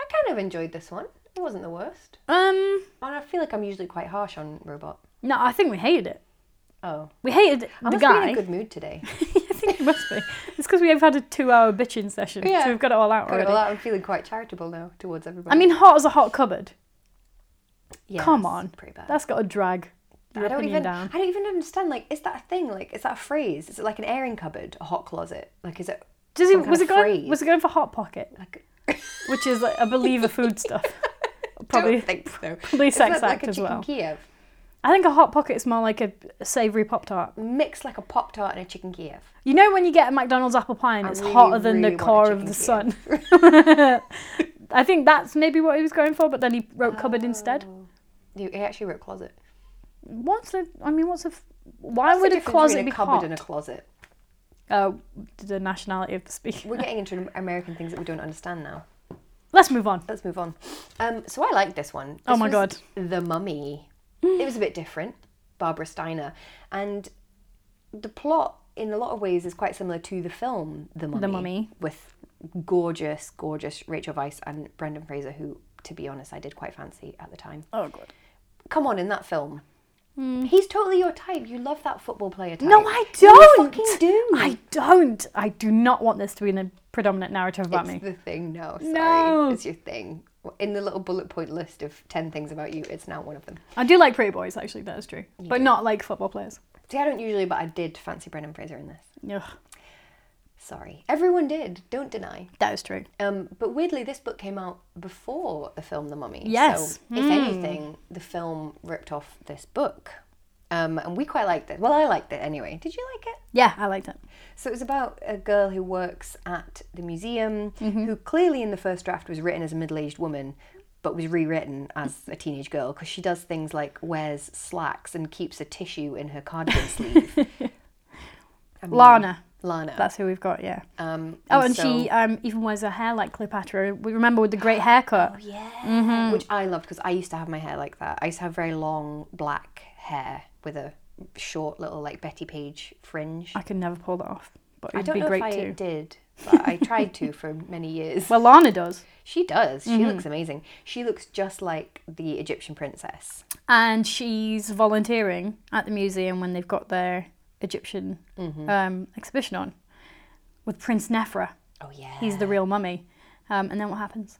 Speaker 1: I kind of enjoyed this one. It wasn't the worst,
Speaker 2: Um.
Speaker 1: and I feel like I'm usually quite harsh on Robot.
Speaker 2: No, I think we hated it.
Speaker 1: Oh,
Speaker 2: We hated
Speaker 1: I
Speaker 2: the
Speaker 1: must be
Speaker 2: guy.
Speaker 1: in a good mood today.
Speaker 2: I think it must be. It's because we've had a two-hour bitching session,
Speaker 1: Yeah.
Speaker 2: so we've got it all out
Speaker 1: Got it
Speaker 2: already.
Speaker 1: all out. I'm feeling quite charitable now towards everybody.
Speaker 2: I mean, hot as a hot cupboard.
Speaker 1: Yeah,
Speaker 2: come
Speaker 1: it's
Speaker 2: on.
Speaker 1: pretty bad.
Speaker 2: That's got to drag your
Speaker 1: I don't
Speaker 2: opinion
Speaker 1: even.
Speaker 2: down.
Speaker 1: I don't even understand. Like, is that a thing? Like, is that a phrase? Is it like an airing cupboard, a hot closet? Like, is it?
Speaker 2: Does
Speaker 1: some
Speaker 2: it,
Speaker 1: kind
Speaker 2: was
Speaker 1: of
Speaker 2: it going?
Speaker 1: phrase?
Speaker 2: Was it going for hot pocket,
Speaker 1: Like,
Speaker 2: which is like, I believe a food stuff.
Speaker 1: probably
Speaker 2: Probably.
Speaker 1: don't think so.
Speaker 2: probably
Speaker 1: Isn't
Speaker 2: sex
Speaker 1: that like
Speaker 2: act
Speaker 1: a
Speaker 2: as
Speaker 1: chicken
Speaker 2: well.
Speaker 1: Kiev,
Speaker 2: I think a hot pocket is more like a savory pop tart.
Speaker 1: mixed like a pop tart and a chicken Kiev.
Speaker 2: You know when you get a McDonald's apple pie and
Speaker 1: I
Speaker 2: it's
Speaker 1: really,
Speaker 2: hotter than
Speaker 1: really want
Speaker 2: the
Speaker 1: a
Speaker 2: core of the
Speaker 1: chicken
Speaker 2: sun. I think that's maybe what he was going for, but then he wrote cupboard instead.
Speaker 1: Oh. You he actually wrote closet.
Speaker 2: What's a? I mean, what's a? f- Why
Speaker 1: What's the
Speaker 2: would a
Speaker 1: difference
Speaker 2: closet
Speaker 1: between
Speaker 2: be
Speaker 1: a cupboard
Speaker 2: hot?
Speaker 1: and a closet?
Speaker 2: uh, the nationality of the speaker.
Speaker 1: We're getting into American things that we don't understand now.
Speaker 2: Let's move on.
Speaker 1: Let's move on. Um, so I like this one.
Speaker 2: Oh
Speaker 1: This
Speaker 2: my
Speaker 1: was
Speaker 2: God.
Speaker 1: The Mummy. it was a bit different. Barbara Steiner, and the plot in a lot of ways is quite similar to the film The Mummy.
Speaker 2: Mummy.
Speaker 1: with gorgeous, gorgeous Rachel Weisz and Brendan Fraser, who, to be honest, I did quite fancy at the time.
Speaker 2: Oh god.
Speaker 1: Come on, in that film. He's totally your type. You love that football player type.
Speaker 2: No, I
Speaker 1: You
Speaker 2: don't.
Speaker 1: fucking do.
Speaker 2: I don't. I do not want this to be the predominant narrative about
Speaker 1: It's
Speaker 2: me.
Speaker 1: the thing now. Sorry.
Speaker 2: No.
Speaker 1: It's your thing. In the little bullet point list of 10 things about you, it's now one of them.
Speaker 2: I do like pretty boys, actually. That is true, but not like football players.
Speaker 1: See, I don't usually, but I did fancy Brendan Fraser in this.
Speaker 2: Ugh,
Speaker 1: Sorry. Everyone did. Don't deny.
Speaker 2: that is true.
Speaker 1: Um, but weirdly, this book came out before the film The Mummy.
Speaker 2: Yes. Hmm.
Speaker 1: So, if anything, the film ripped off this book. Um, and we quite liked it. Well, I liked it anyway. Did you like it?
Speaker 2: Yeah, I liked it.
Speaker 1: So it was about a girl who works at the museum,
Speaker 2: Mm-hmm.
Speaker 1: who clearly in the first draft was written as a middle aged woman, but was rewritten as a teenage girl because she does things like wears slacks and keeps a tissue in her cardigan sleeve. I mean,
Speaker 2: Lana.
Speaker 1: Lana.
Speaker 2: That's who we've got. Yeah.
Speaker 1: um,
Speaker 2: Oh, and
Speaker 1: Mm. so-
Speaker 2: she um, even wears her hair like Cleopatra. We remember with the great haircut.
Speaker 1: Yeah. Which I loved because I used to have my hair like that. I used to have very long black hair with a short little like Betty Page fringe.
Speaker 2: I could never pull that off, but
Speaker 1: I
Speaker 2: it'd
Speaker 1: don't
Speaker 2: be
Speaker 1: know
Speaker 2: great
Speaker 1: if I
Speaker 2: too.
Speaker 1: did, but I tried to for many years.
Speaker 2: Well, Lana does,
Speaker 1: She does. She
Speaker 2: Mm-hmm.
Speaker 1: looks amazing. She looks just like the Egyptian princess.
Speaker 2: and she's volunteering at the museum when they've got their Egyptian
Speaker 1: Mm-hmm.
Speaker 2: um, exhibition on with Prince Nefra.
Speaker 1: Oh yeah.
Speaker 2: He's the real mummy. Um, and then what happens?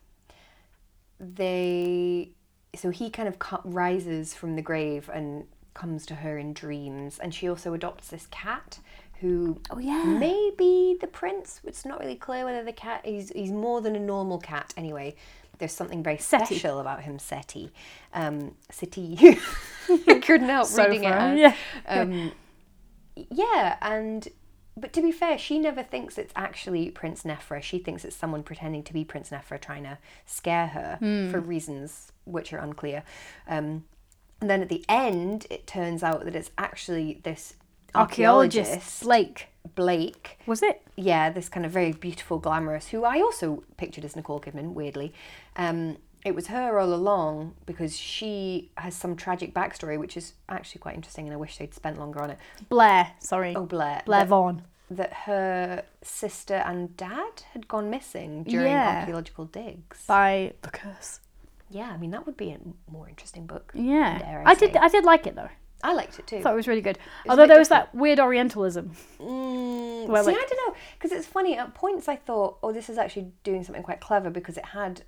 Speaker 1: they so he kind of co- rises from the grave and comes to her in dreams and she also adopts this cat who
Speaker 2: Oh, yeah.
Speaker 1: maybe the prince it's not really clear whether the cat he's, he's more than a normal cat anyway there's something very
Speaker 2: Seti.
Speaker 1: special about him seti um seti I couldn't help reading it
Speaker 2: far,
Speaker 1: as.
Speaker 2: yeah.
Speaker 1: um yeah and but to be fair she never thinks it's actually prince nefra she thinks it's someone pretending to be prince nefra trying to scare her for reasons which are unclear um and then at the end it turns out that it's actually this
Speaker 2: Archaeologist
Speaker 1: archaeologist
Speaker 2: Blake.
Speaker 1: blake
Speaker 2: Was it?
Speaker 1: yeah, this kind of very beautiful, glamorous, who I also pictured as Nicole Kidman, weirdly. Um, it was her all along because she has some tragic backstory, which is actually quite interesting, and I wish they'd spent longer on it.
Speaker 2: Blair, sorry.
Speaker 1: Oh, Blair.
Speaker 2: Blair
Speaker 1: that-
Speaker 2: Vaughan.
Speaker 1: That, her sister and dad had gone missing during
Speaker 2: Yeah.
Speaker 1: archaeological digs.
Speaker 2: By The Curse.
Speaker 1: Yeah, I mean, that would be a more interesting book.
Speaker 2: Yeah.
Speaker 1: Dare I
Speaker 2: I did
Speaker 1: say.
Speaker 2: I did like it though.
Speaker 1: I liked it too.
Speaker 2: I thought it was really good.
Speaker 1: a
Speaker 2: Although
Speaker 1: bit
Speaker 2: there was that weird orientalism.
Speaker 1: Mm,
Speaker 2: Well,
Speaker 1: see,
Speaker 2: like-
Speaker 1: I don't know, because it's funny. At points, I thought, "Oh, this is actually doing something quite clever," because it had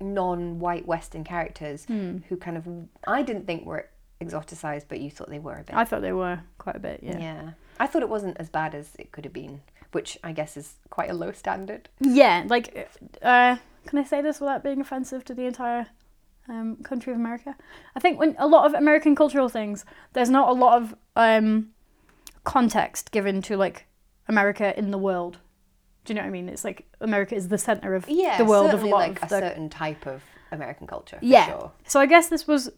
Speaker 1: non-white Western characters
Speaker 2: Hmm.
Speaker 1: who kind of I didn't think were exoticized, but you thought they were a bit.
Speaker 2: I thought they were quite a bit, yeah.
Speaker 1: yeah. I thought it wasn't as bad as it could have been, which I guess is quite a low standard.
Speaker 2: Yeah, like, uh, can I say this without being offensive to the entire um, country of America? I think when a lot of American cultural things, there's not a lot of um, context given to like America in the world. Do you know what I mean? It's like America is the center of the world of a
Speaker 1: certainly
Speaker 2: lot
Speaker 1: like
Speaker 2: of
Speaker 1: a
Speaker 2: the
Speaker 1: certain type of American culture. For
Speaker 2: yeah.
Speaker 1: Sure.
Speaker 2: So I guess this was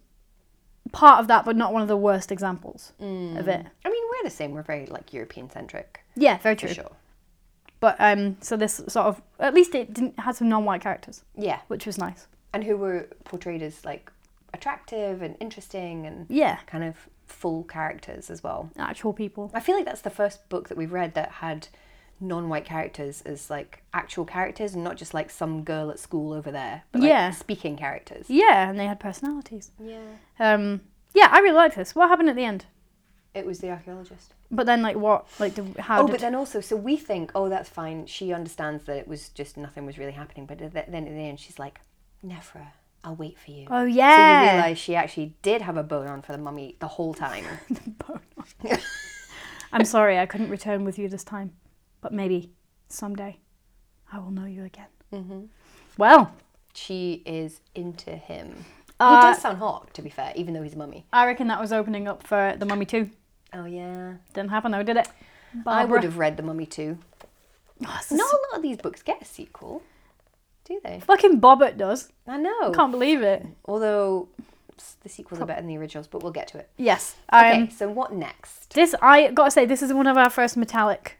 Speaker 2: part of that, but not one of the worst examples of it.
Speaker 1: I mean, we're the same. We're very like European centric.
Speaker 2: Yeah, very
Speaker 1: Mm. For
Speaker 2: true.
Speaker 1: sure.
Speaker 2: But um, so this sort of at least it didn't had some non-white characters,
Speaker 1: Yeah.
Speaker 2: which was nice.
Speaker 1: And who were portrayed as like attractive and interesting and
Speaker 2: Yeah,
Speaker 1: kind of full characters as well.
Speaker 2: actual people.
Speaker 1: I feel like that's the first book that we've read that had non-white characters as like actual characters and not just like some girl at school over there, but like
Speaker 2: Yeah.
Speaker 1: speaking characters.
Speaker 2: Yeah, and they had personalities.
Speaker 1: Yeah.
Speaker 2: Um, yeah, I really liked this. What happened at the end?
Speaker 1: It was the archaeologist.
Speaker 2: But then, like, what? Like, did, how
Speaker 1: Oh,
Speaker 2: did?
Speaker 1: but then also, so we think, oh, that's fine. She understands that it was just nothing was really happening. But th- then at the end, she's like, Nefra, I'll wait for you.
Speaker 2: oh
Speaker 1: So you
Speaker 2: yeah.
Speaker 1: realise she actually did have a bone on for the mummy the whole time.
Speaker 2: I'm sorry, I couldn't return with you this time, but maybe someday I will know you again. Mm-hmm. Well,
Speaker 1: she is into him.
Speaker 2: Uh,
Speaker 1: he does sound hot, to be fair, even though he's a mummy.
Speaker 2: I reckon that was opening up for the Mummy too.
Speaker 1: Oh yeah,
Speaker 2: Didn't happen though, did it?
Speaker 1: I would
Speaker 2: Barbara.
Speaker 1: have read the mummy too.
Speaker 2: Oh, it's
Speaker 1: Not
Speaker 2: no,
Speaker 1: a lot of these books get a sequel, do they?
Speaker 2: fucking Bobbert does.
Speaker 1: I know.
Speaker 2: Can't believe it.
Speaker 1: Although s- the sequels are better than the originals, but we'll get to it.
Speaker 2: Yes.
Speaker 1: Okay,
Speaker 2: Um,
Speaker 1: so what next?
Speaker 2: This I gotta say, this is one of our first metallic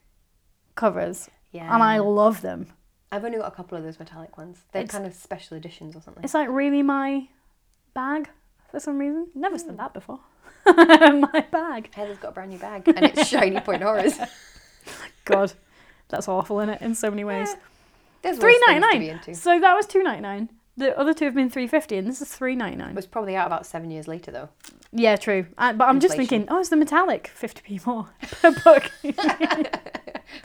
Speaker 2: covers,
Speaker 1: Yeah,
Speaker 2: and I love them.
Speaker 1: I've only got a couple of those metallic ones. They're
Speaker 2: It's-
Speaker 1: kind of special editions or something.
Speaker 2: It's like really my bag for some reason. Never
Speaker 1: Hmm.
Speaker 2: said that before. my bag.
Speaker 1: Heather's got a brand new bag, and it's shiny point horrors.
Speaker 2: God, that's awful in it in so many ways.
Speaker 1: There's worse
Speaker 2: Three
Speaker 1: things
Speaker 2: ninety
Speaker 1: to be
Speaker 2: nine.
Speaker 1: into.
Speaker 2: So that was two ninety nine. The other two have been three fifty, and this is three ninety
Speaker 1: It
Speaker 2: nine.
Speaker 1: was probably out about seven years later though.
Speaker 2: Yeah, true. I, but I'm just
Speaker 1: Inflation.
Speaker 2: thinking, oh, it's the metallic fifty p more per book.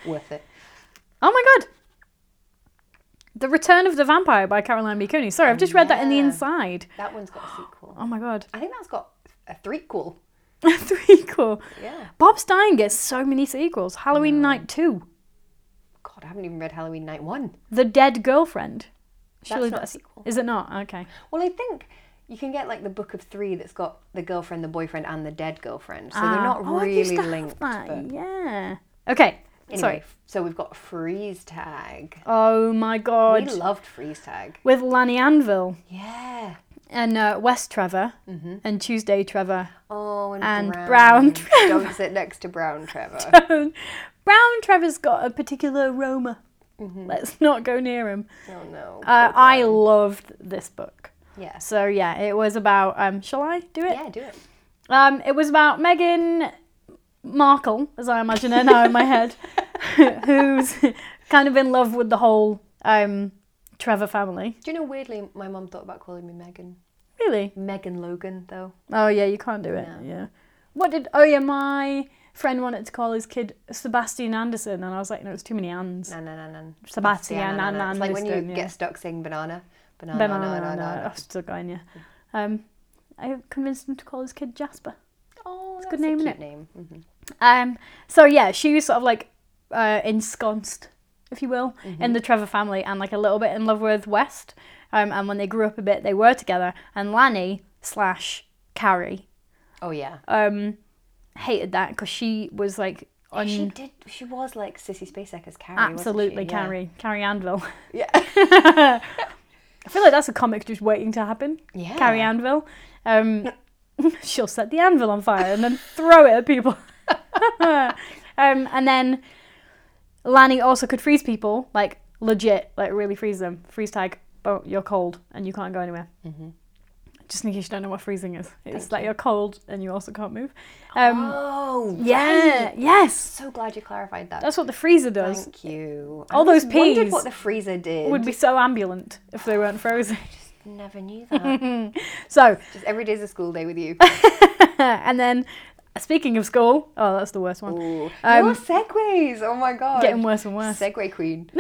Speaker 1: Worth it.
Speaker 2: Oh my god. The Return of the Vampire by Caroline B. Cooney. Sorry, I've just read that in the
Speaker 1: Yeah.
Speaker 2: inside.
Speaker 1: That one's got a sequel.
Speaker 2: Oh my god.
Speaker 1: I think that's got a threequel.
Speaker 2: Three cool.
Speaker 1: Yeah.
Speaker 2: Bob Stein gets so many sequels. Halloween Night 2.
Speaker 1: God, I haven't even read Halloween Night One.
Speaker 2: The Dead Girlfriend.
Speaker 1: That's not a sequel.
Speaker 2: Is it not? Okay.
Speaker 1: Well, I think you can get like the book of three that's got the girlfriend, the boyfriend, and the dead girlfriend. So they're
Speaker 2: Ah.
Speaker 1: not
Speaker 2: Oh, I used
Speaker 1: really
Speaker 2: to have
Speaker 1: linked.
Speaker 2: that,
Speaker 1: but-
Speaker 2: Yeah. Okay.
Speaker 1: Anyway,
Speaker 2: Sorry.
Speaker 1: so we've got Freeze Tag.
Speaker 2: Oh my god.
Speaker 1: We loved Freeze Tag.
Speaker 2: With Lanny Anvil
Speaker 1: Yeah.
Speaker 2: and uh, West Trevor
Speaker 1: Mm-hmm.
Speaker 2: and Tuesday Trevor.
Speaker 1: Oh, and,
Speaker 2: And Brown
Speaker 1: Brown. Don't sit next to Brown Trevor.
Speaker 2: Brown Trevor's got a particular aroma.
Speaker 1: Mm-hmm.
Speaker 2: Let's not go near him.
Speaker 1: oh no.
Speaker 2: Uh, I loved this book.
Speaker 1: Yes.
Speaker 2: So yeah, it was about. Um, shall I do it?
Speaker 1: Yeah, do it.
Speaker 2: Um, it was about Meghan Markle, as I imagine her now in my head, who's kind of in love with the whole um, Trevor family.
Speaker 1: Do you know, weirdly, my mum thought about calling me Megan.
Speaker 2: Really?
Speaker 1: Megan Logan, though.
Speaker 2: Oh yeah, you can't do it.
Speaker 1: No.
Speaker 2: Yeah. What did? Oh yeah, my friend wanted to call his kid Sebastian Anderson, and I was like, no, it's too many ands.
Speaker 1: No, no, no, no.
Speaker 2: Sebastian
Speaker 1: Yeah, no, no, no. It's
Speaker 2: Anderson.
Speaker 1: like when you
Speaker 2: yeah.
Speaker 1: get stuck saying banana. Banana,
Speaker 2: Banana,
Speaker 1: banana, banana.
Speaker 2: I'm still going. Yeah. Um, I convinced him to call his kid Jasper.
Speaker 1: Oh, it's
Speaker 2: a good name,
Speaker 1: cute
Speaker 2: innit?
Speaker 1: name. Mhm.
Speaker 2: Um, so yeah, she was sort of like uh, ensconced, if you will,
Speaker 1: Mm-hmm.
Speaker 2: in the Trevor family, and like a little bit in love with West. Um, and when they grew up a bit, they were together. And Lanny slash Carrie
Speaker 1: Oh, yeah.
Speaker 2: um, hated that because she was like on
Speaker 1: Oh, she did. She was like Sissy Spacek as Carrie.
Speaker 2: absolutely
Speaker 1: wasn't she?
Speaker 2: Carrie Carrie Anvil.
Speaker 1: Yeah.
Speaker 2: I feel like that's a comic just waiting to happen.
Speaker 1: Yeah.
Speaker 2: Carrie Anvil. Um, she'll set the anvil on fire and then throw it at people. um, and then Lanny also could freeze people, like legit, like really freeze them. Freeze tag, oh, you're cold and you can't go anywhere.
Speaker 1: Mm-hmm.
Speaker 2: Just in case you don't know what freezing is, it's like you're cold and you also can't move. Um,
Speaker 1: Oh,
Speaker 2: yeah,
Speaker 1: right.
Speaker 2: yes,
Speaker 1: So glad you clarified that.
Speaker 2: that's what the freezer does.
Speaker 1: Thank you.
Speaker 2: All those
Speaker 1: just wondered
Speaker 2: peas
Speaker 1: what the freezer did.
Speaker 2: Would be so ambulant if they weren't frozen.
Speaker 1: Never knew that.
Speaker 2: so
Speaker 1: just every day's a school day with you.
Speaker 2: and then speaking of school, oh, that's the worst one.
Speaker 1: Ooh.
Speaker 2: Um,
Speaker 1: Your segues. Oh my god.
Speaker 2: Getting worse and worse.
Speaker 1: Segway queen.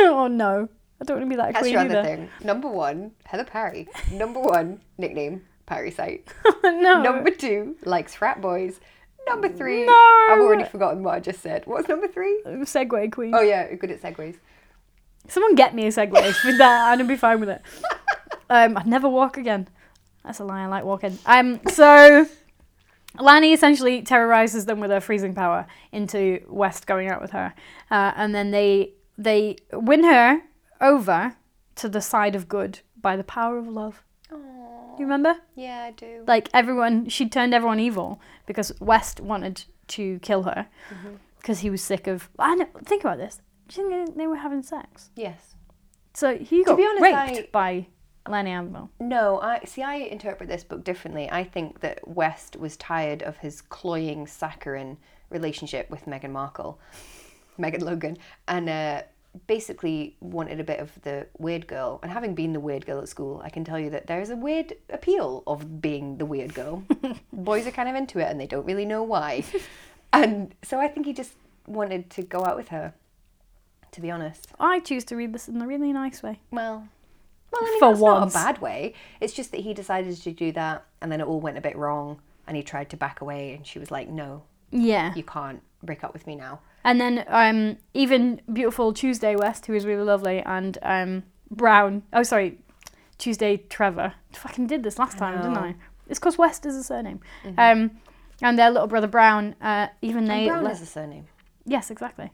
Speaker 2: oh no, I don't want to be that
Speaker 1: That's
Speaker 2: queen
Speaker 1: your other
Speaker 2: either.
Speaker 1: thing. Number one, Heather Parry. Number one, nickname Parry site.
Speaker 2: no,
Speaker 1: Number two, likes frat boys. number three.
Speaker 2: No.
Speaker 1: I've already forgotten what I just said. What's number three?
Speaker 2: Segway queen.
Speaker 1: Oh yeah, good at segues.
Speaker 2: Someone get me a Segway with that, and I'd be fine with it. Um, I'd never walk again. That's a lie. I like walking. Um, so Lani essentially terrorizes them with her freezing power into West going out with her, uh, and then they they win her over to the side of good by the power of love.
Speaker 1: Aww.
Speaker 2: You remember?
Speaker 1: Yeah, I do.
Speaker 2: like everyone she turned everyone evil because west wanted to kill her
Speaker 1: Mm-hmm.
Speaker 2: because he was sick of i know, think about this do you think they were having sex
Speaker 1: Yes.
Speaker 2: so he got
Speaker 1: be honest,
Speaker 2: raped by lenny anvil
Speaker 1: No, I see. I interpret this book differently. I think that West was tired of his cloying, saccharine relationship with Meghan Markle, Meghan Logan, and uh, basically wanted a bit of the weird girl. And having been the weird girl at school, I can tell you that there is a weird appeal of being the weird girl. Boys are kind of into it, and they don't really know why. and so I think he just wanted to go out with her. To be honest.
Speaker 2: i choose to read this in a really nice way
Speaker 1: Well, well, I mean,
Speaker 2: For
Speaker 1: that's
Speaker 2: once.
Speaker 1: not a bad way. It's just that he decided to do that, and then it all went a bit wrong, and he tried to back away, and she was like, "No,
Speaker 2: yeah
Speaker 1: you can't break up with me now."
Speaker 2: and then um even beautiful tuesday west who was really lovely and um brown oh sorry tuesday trevor fucking did this last time didn't
Speaker 1: know. Mm-hmm.
Speaker 2: i it's because west is a surname um and their little brother brown uh even they
Speaker 1: Brown
Speaker 2: le-
Speaker 1: is a surname.
Speaker 2: Yes, exactly.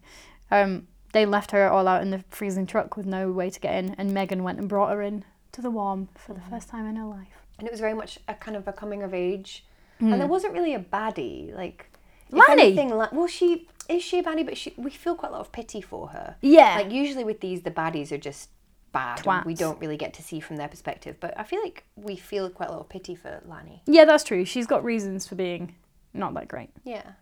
Speaker 2: Um, they left her all out in the freezing truck with no way to get in, and Megan went and brought her in to the warm for the first time in her life.
Speaker 1: and it was very much a kind of a coming of age, and there wasn't really a baddie like if
Speaker 2: Hmm. Lani!
Speaker 1: anything, like well, she is she a baddie, but she, we feel quite a lot of pity for her.
Speaker 2: Yeah.
Speaker 1: like usually with these, the baddies are just bad. and We
Speaker 2: Twats.
Speaker 1: don't really get to see from their perspective, but I feel like we feel quite a lot of pity for Lani.
Speaker 2: Yeah, that's true. She's got reasons for being not that great.
Speaker 1: Yeah,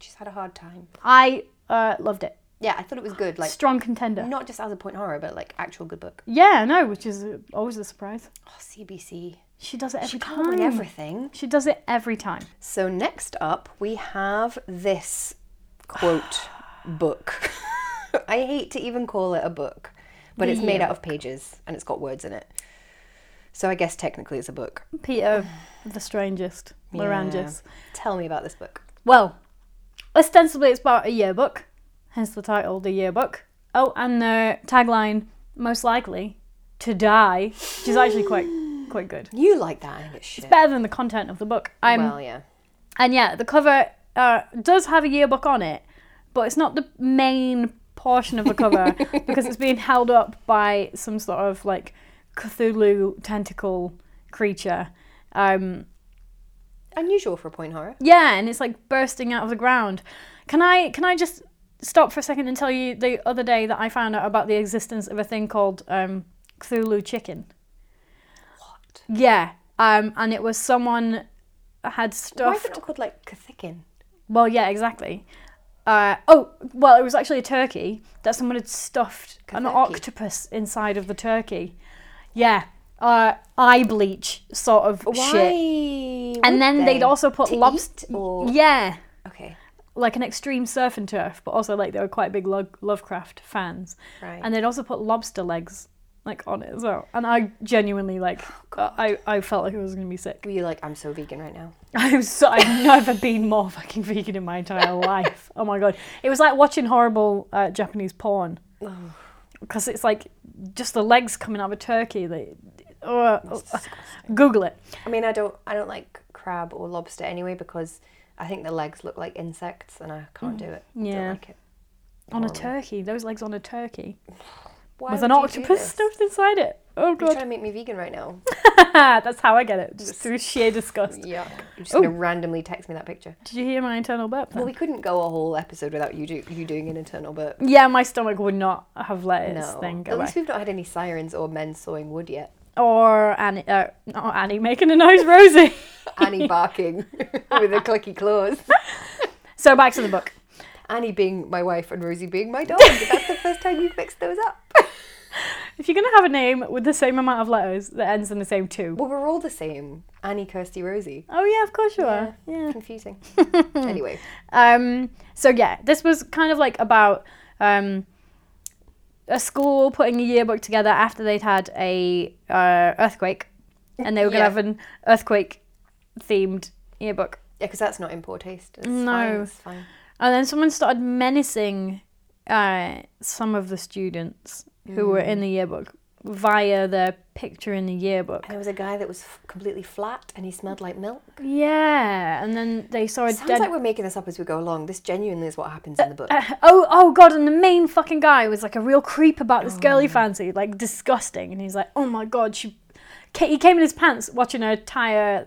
Speaker 1: she's had a hard time.
Speaker 2: I uh, loved it.
Speaker 1: Yeah, I thought it was good. Like
Speaker 2: Strong contender.
Speaker 1: not just as a point horror, but like actual good book.
Speaker 2: Yeah, no, which is uh, always a surprise.
Speaker 1: Oh, CBC.
Speaker 2: She does it every
Speaker 1: She can't
Speaker 2: time.
Speaker 1: win everything.
Speaker 2: She does it every time.
Speaker 1: So next up, we have this quote book. I hate to even call it a book, but it's made out of pages and it's got words in it. So I guess technically it's a book.
Speaker 2: Peter, the strangest, Larangis.
Speaker 1: Tell me about this book.
Speaker 2: Well, ostensibly it's about a yearbook, hence the title, The Yearbook. Oh, and the tagline, most likely to die, which is actually quite quite good.
Speaker 1: You like that I think it's shit.
Speaker 2: Better than the content of the book. Um,
Speaker 1: well, yeah.
Speaker 2: and yeah, the cover uh, does have a yearbook on it, but it's not the main portion of the cover because it's being held up by some sort of like Cthulhu tentacle creature. Um,
Speaker 1: Unusual for a point horror.
Speaker 2: yeah, and it's like bursting out of the ground. Can I can I just stop for a second and tell you the other day that I found out about the existence of a thing called um, Cthulhu chicken? What? Yeah, um, and it was someone
Speaker 1: Why
Speaker 2: had stuffed.
Speaker 1: is it not called like Kathikin?
Speaker 2: Well, yeah, exactly. Uh, oh, well, it was actually a turkey that someone had stuffed an
Speaker 1: Katurki.
Speaker 2: octopus inside of the turkey. Yeah, uh, eye bleach sort of
Speaker 1: Why?
Speaker 2: shit. And
Speaker 1: would
Speaker 2: then
Speaker 1: they?
Speaker 2: would also put
Speaker 1: To
Speaker 2: lobster.
Speaker 1: eat or-
Speaker 2: Yeah,
Speaker 1: Okay.
Speaker 2: like an extreme surf and turf, but also like they were quite big Lo- Lovecraft fans.
Speaker 1: Right.
Speaker 2: And they'd also put lobster legs like on it as well. And I genuinely like
Speaker 1: Oh,
Speaker 2: I, I felt like I was gonna be sick.
Speaker 1: Were you like, I'm so vegan right now?
Speaker 2: I'm so I've never been more fucking vegan in my entire life. Oh my god, it was like watching horrible uh, Japanese porn because it's like just the legs coming out of a turkey. They, uh, Google it.
Speaker 1: I mean, I don't, I don't like crab or lobster anyway because I think the legs look like insects, and I can't do it.
Speaker 2: Mm. yeah.
Speaker 1: don't like it.
Speaker 2: On a turkey, those legs on a turkey
Speaker 1: Why
Speaker 2: with
Speaker 1: would
Speaker 2: an
Speaker 1: you do
Speaker 2: octopus
Speaker 1: this?
Speaker 2: stuffed inside it. Oh
Speaker 1: You're
Speaker 2: god,
Speaker 1: trying to make me vegan right now.
Speaker 2: that's how I get it, just through sheer disgust.
Speaker 1: Yuck. You're just gonna randomly text me that picture.
Speaker 2: Did you hear my internal burp? then?
Speaker 1: Well, we couldn't go a whole episode without you do, you doing an internal burp.
Speaker 2: yeah, my stomach would not have let its
Speaker 1: No.
Speaker 2: thing go
Speaker 1: At
Speaker 2: away.
Speaker 1: least we've not had any sirens or men sawing wood yet.
Speaker 2: Or Annie, uh, not Annie making a nice Rosie.
Speaker 1: Annie barking with her clicky claws.
Speaker 2: so back to the book.
Speaker 1: Annie being my wife and Rosie being my dog. That's the first time you've mixed those up.
Speaker 2: If you're gonna have a name with the same amount of letters that ends in the same two.
Speaker 1: Well, we're all the same. Annie, Kirsty, Rosie.
Speaker 2: Oh yeah, of course you are. Yeah.
Speaker 1: Confusing. anyway.
Speaker 2: Um. So yeah, this was kind of like about um a school putting a yearbook together after they'd had a uh, earthquake, and they were gonna
Speaker 1: Yeah.
Speaker 2: have an earthquake themed yearbook.
Speaker 1: Yeah, because that's not in poor taste. It's Fine,
Speaker 2: No.
Speaker 1: it's fine.
Speaker 2: And then someone started menacing uh, some of the students who were
Speaker 1: Mm.
Speaker 2: in the yearbook via their picture in the yearbook.
Speaker 1: And there was a guy that was f- completely flat and he smelled like milk.
Speaker 2: Yeah, and then they saw a
Speaker 1: Sounds
Speaker 2: dead.
Speaker 1: like we're making this up as we go along. This genuinely is what happens in the book.
Speaker 2: oh, oh god! And the main fucking guy was like a real creep about this
Speaker 1: Oh.
Speaker 2: girl he fancied, like disgusting. And he's like, oh my god, she. Ca- He came in his pants watching her tie a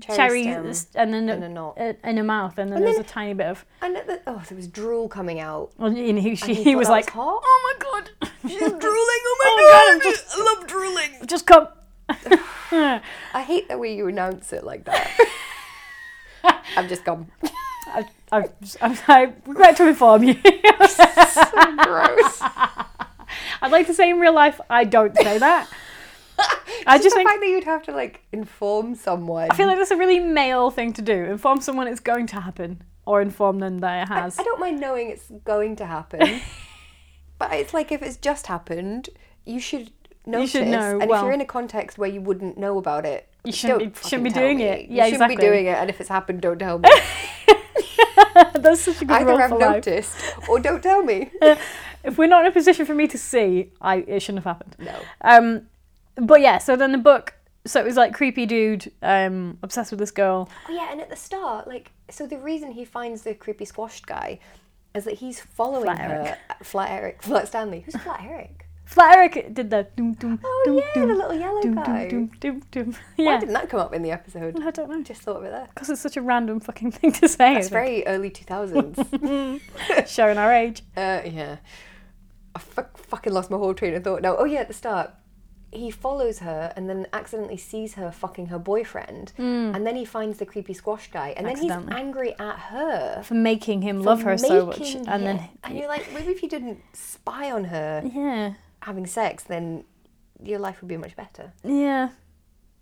Speaker 2: cherry,
Speaker 1: Cherry stem
Speaker 2: s- and then
Speaker 1: and a knot.
Speaker 2: uh, in her mouth, and then
Speaker 1: And
Speaker 2: there's
Speaker 1: then-
Speaker 2: a tiny bit of.
Speaker 1: And at the, oh, there was drool coming out.
Speaker 2: And he, she,
Speaker 1: And
Speaker 2: he,
Speaker 1: thought
Speaker 2: was
Speaker 1: that
Speaker 2: like,
Speaker 1: hot.
Speaker 2: oh my god,
Speaker 1: Oh
Speaker 2: my God, I'm
Speaker 1: just, I love drooling.
Speaker 2: just come.
Speaker 1: I hate the way you announce it like that. I've just gone.
Speaker 2: I, I, I, I regret to inform you.
Speaker 1: So gross.
Speaker 2: I'd like to say in real life, I don't say that. I
Speaker 1: the
Speaker 2: just think
Speaker 1: fact that you'd have to like inform someone.
Speaker 2: I feel like that's a really male thing to do. Inform someone it's going to happen, or inform them that it has.
Speaker 1: I don't mind knowing it's going to happen, but it's like if it's just happened, you should notice.
Speaker 2: should know,
Speaker 1: And if
Speaker 2: well-
Speaker 1: you're in a context where you wouldn't know about it,
Speaker 2: You shouldn't
Speaker 1: don't
Speaker 2: be-
Speaker 1: fucking
Speaker 2: shouldn't be
Speaker 1: tell
Speaker 2: doing
Speaker 1: me.
Speaker 2: it.
Speaker 1: You
Speaker 2: Yeah,
Speaker 1: shouldn't be
Speaker 2: exactly.
Speaker 1: doing it. And if it's happened, don't tell me.
Speaker 2: that's such a good
Speaker 1: Either
Speaker 2: rule
Speaker 1: I've
Speaker 2: for life.
Speaker 1: noticed or don't tell me.
Speaker 2: If we're not in a position for me to see, I it shouldn't have happened.
Speaker 1: No.
Speaker 2: Um, but yeah. So then the book. So it was like creepy dude, um, obsessed with this girl.
Speaker 1: Oh yeah, and at the start, like, so the reason he finds the creepy squashed guy is that he's following
Speaker 2: Flat
Speaker 1: her.
Speaker 2: Eric.
Speaker 1: Flat Eric. Flat Stanley. Who's Flat Eric?
Speaker 2: Flat Eric did the doom doom
Speaker 1: Oh
Speaker 2: doom
Speaker 1: yeah,
Speaker 2: doom,
Speaker 1: the little yellow
Speaker 2: doom,
Speaker 1: guy.
Speaker 2: doom doom doom doom.
Speaker 1: Why
Speaker 2: Yeah,
Speaker 1: didn't that come up in the episode?
Speaker 2: I don't know.
Speaker 1: Just thought of it there.
Speaker 2: Because it's such a random fucking thing to say.
Speaker 1: It's very early two thousands.
Speaker 2: showing our age.
Speaker 1: Uh, yeah. I fuck, fucking lost my whole train of thought now. Oh, yeah, at the start. He follows her and then accidentally sees her fucking her boyfriend. And then he finds the creepy squash guy. And then he's
Speaker 2: Hmm. Accidentally.
Speaker 1: angry at her.
Speaker 2: For making him love her so much,
Speaker 1: making
Speaker 2: and
Speaker 1: him-
Speaker 2: then
Speaker 1: And you're like, maybe if you didn't spy on her
Speaker 2: yeah,
Speaker 1: having sex, then your life would be much better.
Speaker 2: yeah,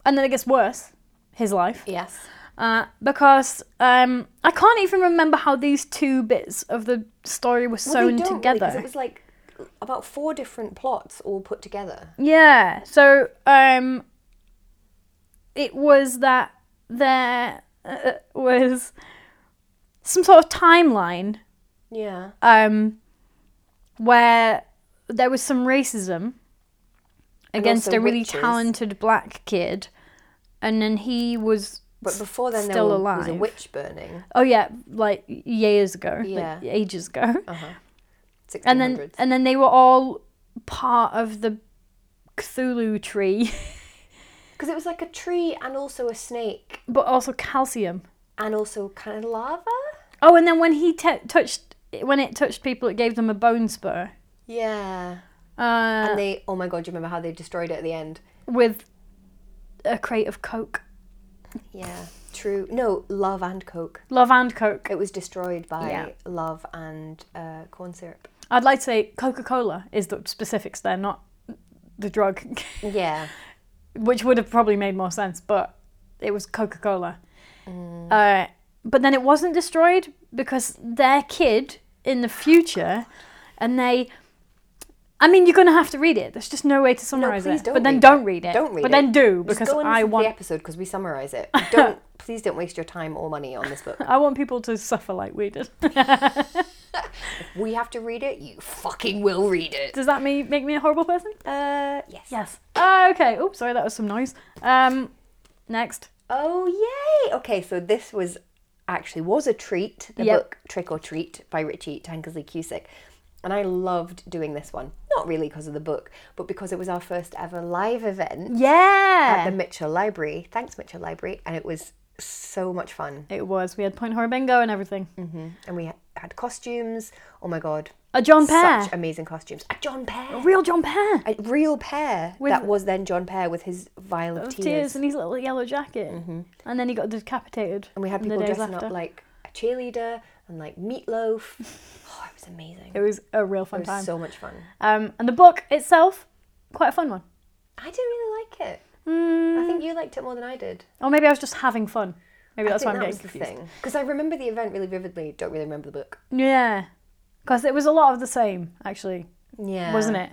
Speaker 2: and then it gets worse. His life,
Speaker 1: Yes.
Speaker 2: uh, because um, I can't even remember how these two bits of the story were sewn
Speaker 1: Because
Speaker 2: together.
Speaker 1: it was like about four different plots all put together.
Speaker 2: Yeah. So um, it was that there uh, was some sort of timeline
Speaker 1: Yeah.
Speaker 2: um, where there was some racism against
Speaker 1: also
Speaker 2: a really
Speaker 1: witches.
Speaker 2: talented black kid, and then he was.
Speaker 1: But before then,
Speaker 2: Still
Speaker 1: there were- was a
Speaker 2: alive.
Speaker 1: witch burning.
Speaker 2: Oh yeah, like years ago,
Speaker 1: Yeah.
Speaker 2: like ages ago,
Speaker 1: 1600s.
Speaker 2: and then and then they were all part of the Cthulhu tree,
Speaker 1: Because it was like a tree and also a snake
Speaker 2: but also calcium.
Speaker 1: and also kind of lava.
Speaker 2: Oh, and then when he t- touched, when it touched people, it gave them a bone spur.
Speaker 1: Yeah.
Speaker 2: Uh,
Speaker 1: And they, oh my god, do you remember how they destroyed it at the end?
Speaker 2: with a crate of Coke,
Speaker 1: Yeah. True. No, love and coke.
Speaker 2: love and Coke.
Speaker 1: It was destroyed by
Speaker 2: Yeah.
Speaker 1: love and uh, corn syrup.
Speaker 2: I'd like to say Coca Cola is the specifics there, not the drug,
Speaker 1: Yeah.
Speaker 2: which would have probably made more sense, but it was Coca Cola.
Speaker 1: Mm.
Speaker 2: Uh, but then it wasn't destroyed because their kid in the future, and they. I mean, you're going to have to read it. There's just no way to summarize
Speaker 1: please
Speaker 2: it.
Speaker 1: don't
Speaker 2: but then
Speaker 1: read
Speaker 2: don't read it.
Speaker 1: Don't read
Speaker 2: But
Speaker 1: it.
Speaker 2: then do
Speaker 1: Just
Speaker 2: because
Speaker 1: go and
Speaker 2: I
Speaker 1: listen to
Speaker 2: want
Speaker 1: the episode because we summarize it. Don't please don't waste your time or money on this book.
Speaker 2: I want people to suffer like we did.
Speaker 1: we have to read it. You fucking will read it.
Speaker 2: Does that me make me a horrible person?
Speaker 1: Uh, yes.
Speaker 2: Yes. Okay. Oh, sorry, that was some noise. Um, next.
Speaker 1: Oh yay! Okay, so this was actually was a treat. The
Speaker 2: Yep.
Speaker 1: book Trick or Treat by Richie Tankersley Cusick, and I loved doing this one. Not really because of the book, but because it was our first ever live event at the
Speaker 2: Yeah.
Speaker 1: Mitchell Library. Thanks Mitchell Library, and it was so much fun.
Speaker 2: It was. We had Point Horror Bingo and everything.
Speaker 1: And we had costumes. Oh my god,
Speaker 2: A John Pear.
Speaker 1: such amazing costumes. A John Pear,
Speaker 2: real John Pear.
Speaker 1: a real pear
Speaker 2: With- Oh,
Speaker 1: that was then John Pear with his vial of,
Speaker 2: Tears.
Speaker 1: tears.
Speaker 2: in his little yellow jacket. And then he got decapitated.
Speaker 1: Mm-hmm. And we had
Speaker 2: in
Speaker 1: people
Speaker 2: the days
Speaker 1: dressing
Speaker 2: after.
Speaker 1: up like a cheerleader and like meatloaf. Oh, it was amazing.
Speaker 2: It was a real fun
Speaker 1: It
Speaker 2: time.
Speaker 1: was so much fun.
Speaker 2: um, and the book itself, quite a fun one.
Speaker 1: I didn't really like it. I
Speaker 2: Mm.
Speaker 1: think you liked it more than I did.
Speaker 2: Or maybe I was just having fun. Maybe that's
Speaker 1: I
Speaker 2: why I'm
Speaker 1: think that
Speaker 2: getting
Speaker 1: was
Speaker 2: confused.
Speaker 1: the thing. Because I remember the event really vividly. Don't really remember the book.
Speaker 2: Yeah. Because it was a lot of the same, actually,
Speaker 1: Yeah,
Speaker 2: wasn't it?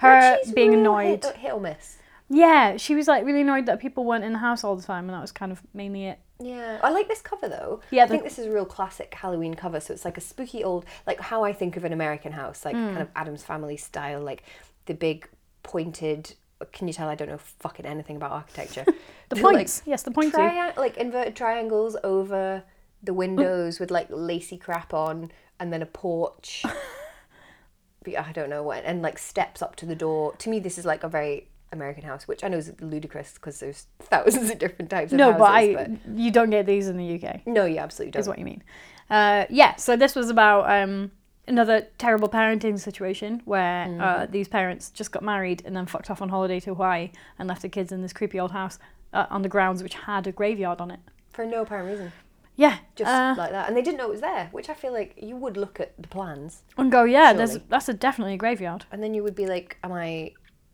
Speaker 2: Her
Speaker 1: Richie's
Speaker 2: being
Speaker 1: real
Speaker 2: annoyed.
Speaker 1: Hit, hit or miss.
Speaker 2: Yeah, she was like really annoyed that people weren't in the house all the time, and that was kind of mainly it.
Speaker 1: Yeah, I like this cover though.
Speaker 2: Yeah,
Speaker 1: I
Speaker 2: the-
Speaker 1: think this is a real classic Halloween cover. So it's like a spooky old, like how I think of an American house, like
Speaker 2: Hmm.
Speaker 1: kind of Adams Family style, like the big pointed. Can you tell I don't know fucking anything about architecture?
Speaker 2: The
Speaker 1: Like,
Speaker 2: points, yes, the pointy. Mm.
Speaker 1: Tria- like inverted triangles over the windows with like lacy crap on, and then a porch. But I don't know what, and like steps up to the door. To me, this is like a very American house, which I know is ludicrous because there's thousands of different types of
Speaker 2: no,
Speaker 1: houses.
Speaker 2: but I you don't get these in the UK.
Speaker 1: no, you absolutely don't.
Speaker 2: Is what you mean? Uh, yeah. So this was about um, another terrible parenting situation where uh,
Speaker 1: Mm.
Speaker 2: these parents just got married and then fucked off on holiday to Hawaii and left the kids in this creepy old house uh, on the grounds which had a graveyard on it.
Speaker 1: for no apparent reason.
Speaker 2: Yeah.
Speaker 1: just
Speaker 2: uh,
Speaker 1: like that. And they didn't know it was there, which I feel like you would look at the plans
Speaker 2: and go. Yeah. There's
Speaker 1: Surely.
Speaker 2: that's a definitely a graveyard.
Speaker 1: and then you would be like, "Am I?"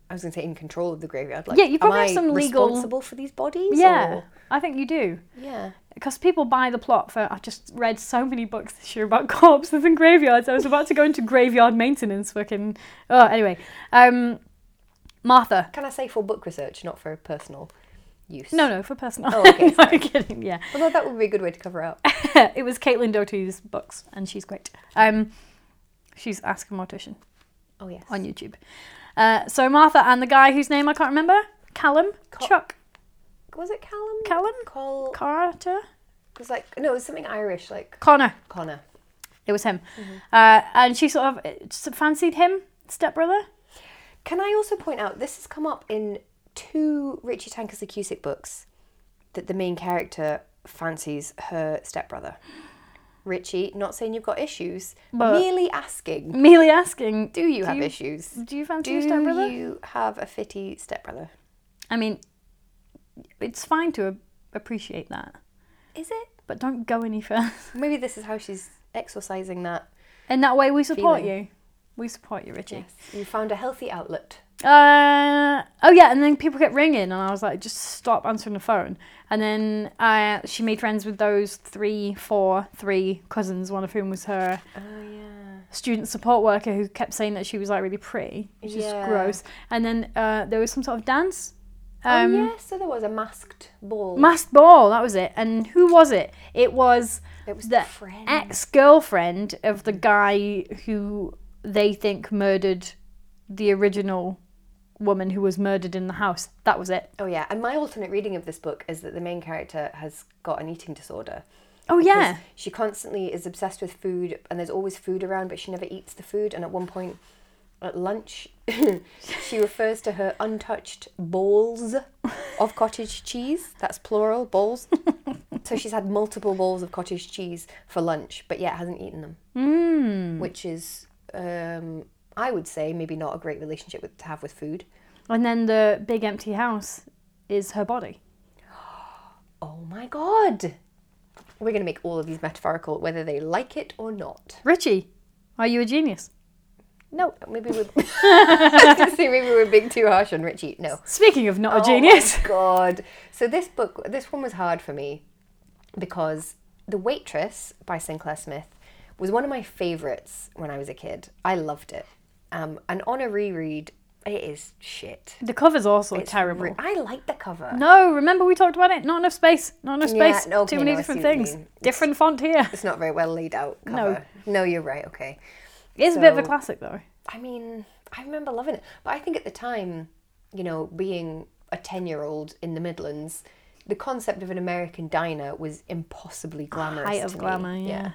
Speaker 1: I was going to say in control of the graveyard. Like,
Speaker 2: Yeah, you probably
Speaker 1: am
Speaker 2: have
Speaker 1: I
Speaker 2: some legal-
Speaker 1: responsible for these bodies.
Speaker 2: Yeah.
Speaker 1: or-
Speaker 2: I think you do.
Speaker 1: yeah.
Speaker 2: because people buy the plot for I've just read so many books this year about corpses and graveyards. I was about to go into graveyard maintenance fucking oh anyway. Um Martha.
Speaker 1: Can I say for book research, not for personal use?
Speaker 2: No no for personal
Speaker 1: Oh, okay,
Speaker 2: No, I'm kidding, yeah.
Speaker 1: Although that would be a good way to cover up.
Speaker 2: it was Caitlin Doty's books and she's great. Um she's Ask a Mortician
Speaker 1: Oh yes.
Speaker 2: on YouTube. Uh, so Martha and the guy whose name I can't remember, Callum,
Speaker 1: Co-
Speaker 2: Chuck,
Speaker 1: Was it Callum?
Speaker 2: Callum,
Speaker 1: Col.
Speaker 2: Carter,
Speaker 1: It was like no, it was something Irish, like
Speaker 2: Connor.
Speaker 1: Connor.
Speaker 2: It was him,
Speaker 1: Mm-hmm.
Speaker 2: uh, and she sort of uh, s- fancied him, stepbrother.
Speaker 1: Can I also point out this has come up in two Richie Tankersley Cusick books that the main character fancies her stepbrother. Richie, not saying you've got issues,
Speaker 2: But-
Speaker 1: merely asking,
Speaker 2: Merely asking,
Speaker 1: do you have
Speaker 2: you-
Speaker 1: issues?
Speaker 2: Do you fancy
Speaker 1: Do
Speaker 2: your stepbrother?
Speaker 1: you have a fitty stepbrother?
Speaker 2: I mean, it's fine to a- appreciate that,
Speaker 1: Is it?
Speaker 2: but don't go any further.
Speaker 1: Maybe this is how she's exorcising that.
Speaker 2: In that way, we support
Speaker 1: Feeling.
Speaker 2: you. We support you, Richie.
Speaker 1: You found a healthy outlet.
Speaker 2: Uh, oh yeah, and then people kept ringing, and I was like, just stop answering the phone. And then uh, she made friends with those three, four, three cousins, one of whom was her
Speaker 1: Oh yeah.
Speaker 2: student support worker who kept saying that she was like really pretty, which
Speaker 1: Yeah.
Speaker 2: is gross. And then uh, there was some sort of dance.
Speaker 1: oh yes, so there was a masked ball.
Speaker 2: Masked Ball, that was it. And who was it? It was
Speaker 1: It was
Speaker 2: the
Speaker 1: the friend.
Speaker 2: ex girlfriend of the guy who they think murdered the original woman who was murdered in the house. That was it.
Speaker 1: oh yeah, and my alternate reading of this book is that the main character has got an eating disorder.
Speaker 2: Oh,
Speaker 1: because
Speaker 2: yeah.
Speaker 1: She constantly is obsessed with food, and there's always food around, but she never eats the food. And at one point, at lunch, she refers to her untouched balls of cottage cheese. That's plural, balls. so she's had multiple balls of cottage cheese for lunch, but yet hasn't eaten them, mm. which is, um, I would say, maybe not a great relationship with, to have with food.
Speaker 2: And then the big empty house is her body.
Speaker 1: Oh my god! We're going to make all of these metaphorical, whether they like it or not.
Speaker 2: Richie, are you a genius?
Speaker 1: No, maybe we're. I was gonna say maybe we're being too harsh on Richie. No,
Speaker 2: Speaking of not a genius.
Speaker 1: Oh my God. So this book, this one was hard for me because The Waitress by Sinclair Smith was one of my favorites when I was a kid. I loved it, um, and on a reread, it is shit.
Speaker 2: The cover's also
Speaker 1: It's
Speaker 2: terrible.
Speaker 1: re- I like the cover.
Speaker 2: no, remember we talked about it? Not enough space. Not enough
Speaker 1: Yeah,
Speaker 2: space.
Speaker 1: no, okay,
Speaker 2: Too many
Speaker 1: no, I
Speaker 2: different
Speaker 1: see what you
Speaker 2: things.
Speaker 1: mean.
Speaker 2: Different font here.
Speaker 1: It's not very well laid out. Cover. No, you're right. Okay.
Speaker 2: It's a bit of a
Speaker 1: So-
Speaker 2: classic though.
Speaker 1: I mean, I remember loving it, but I think at the time, you know, being a ten-year-old in the Midlands, the concept of an American diner was impossibly glamorous.
Speaker 2: Height
Speaker 1: to
Speaker 2: of
Speaker 1: me.
Speaker 2: glamour, yeah.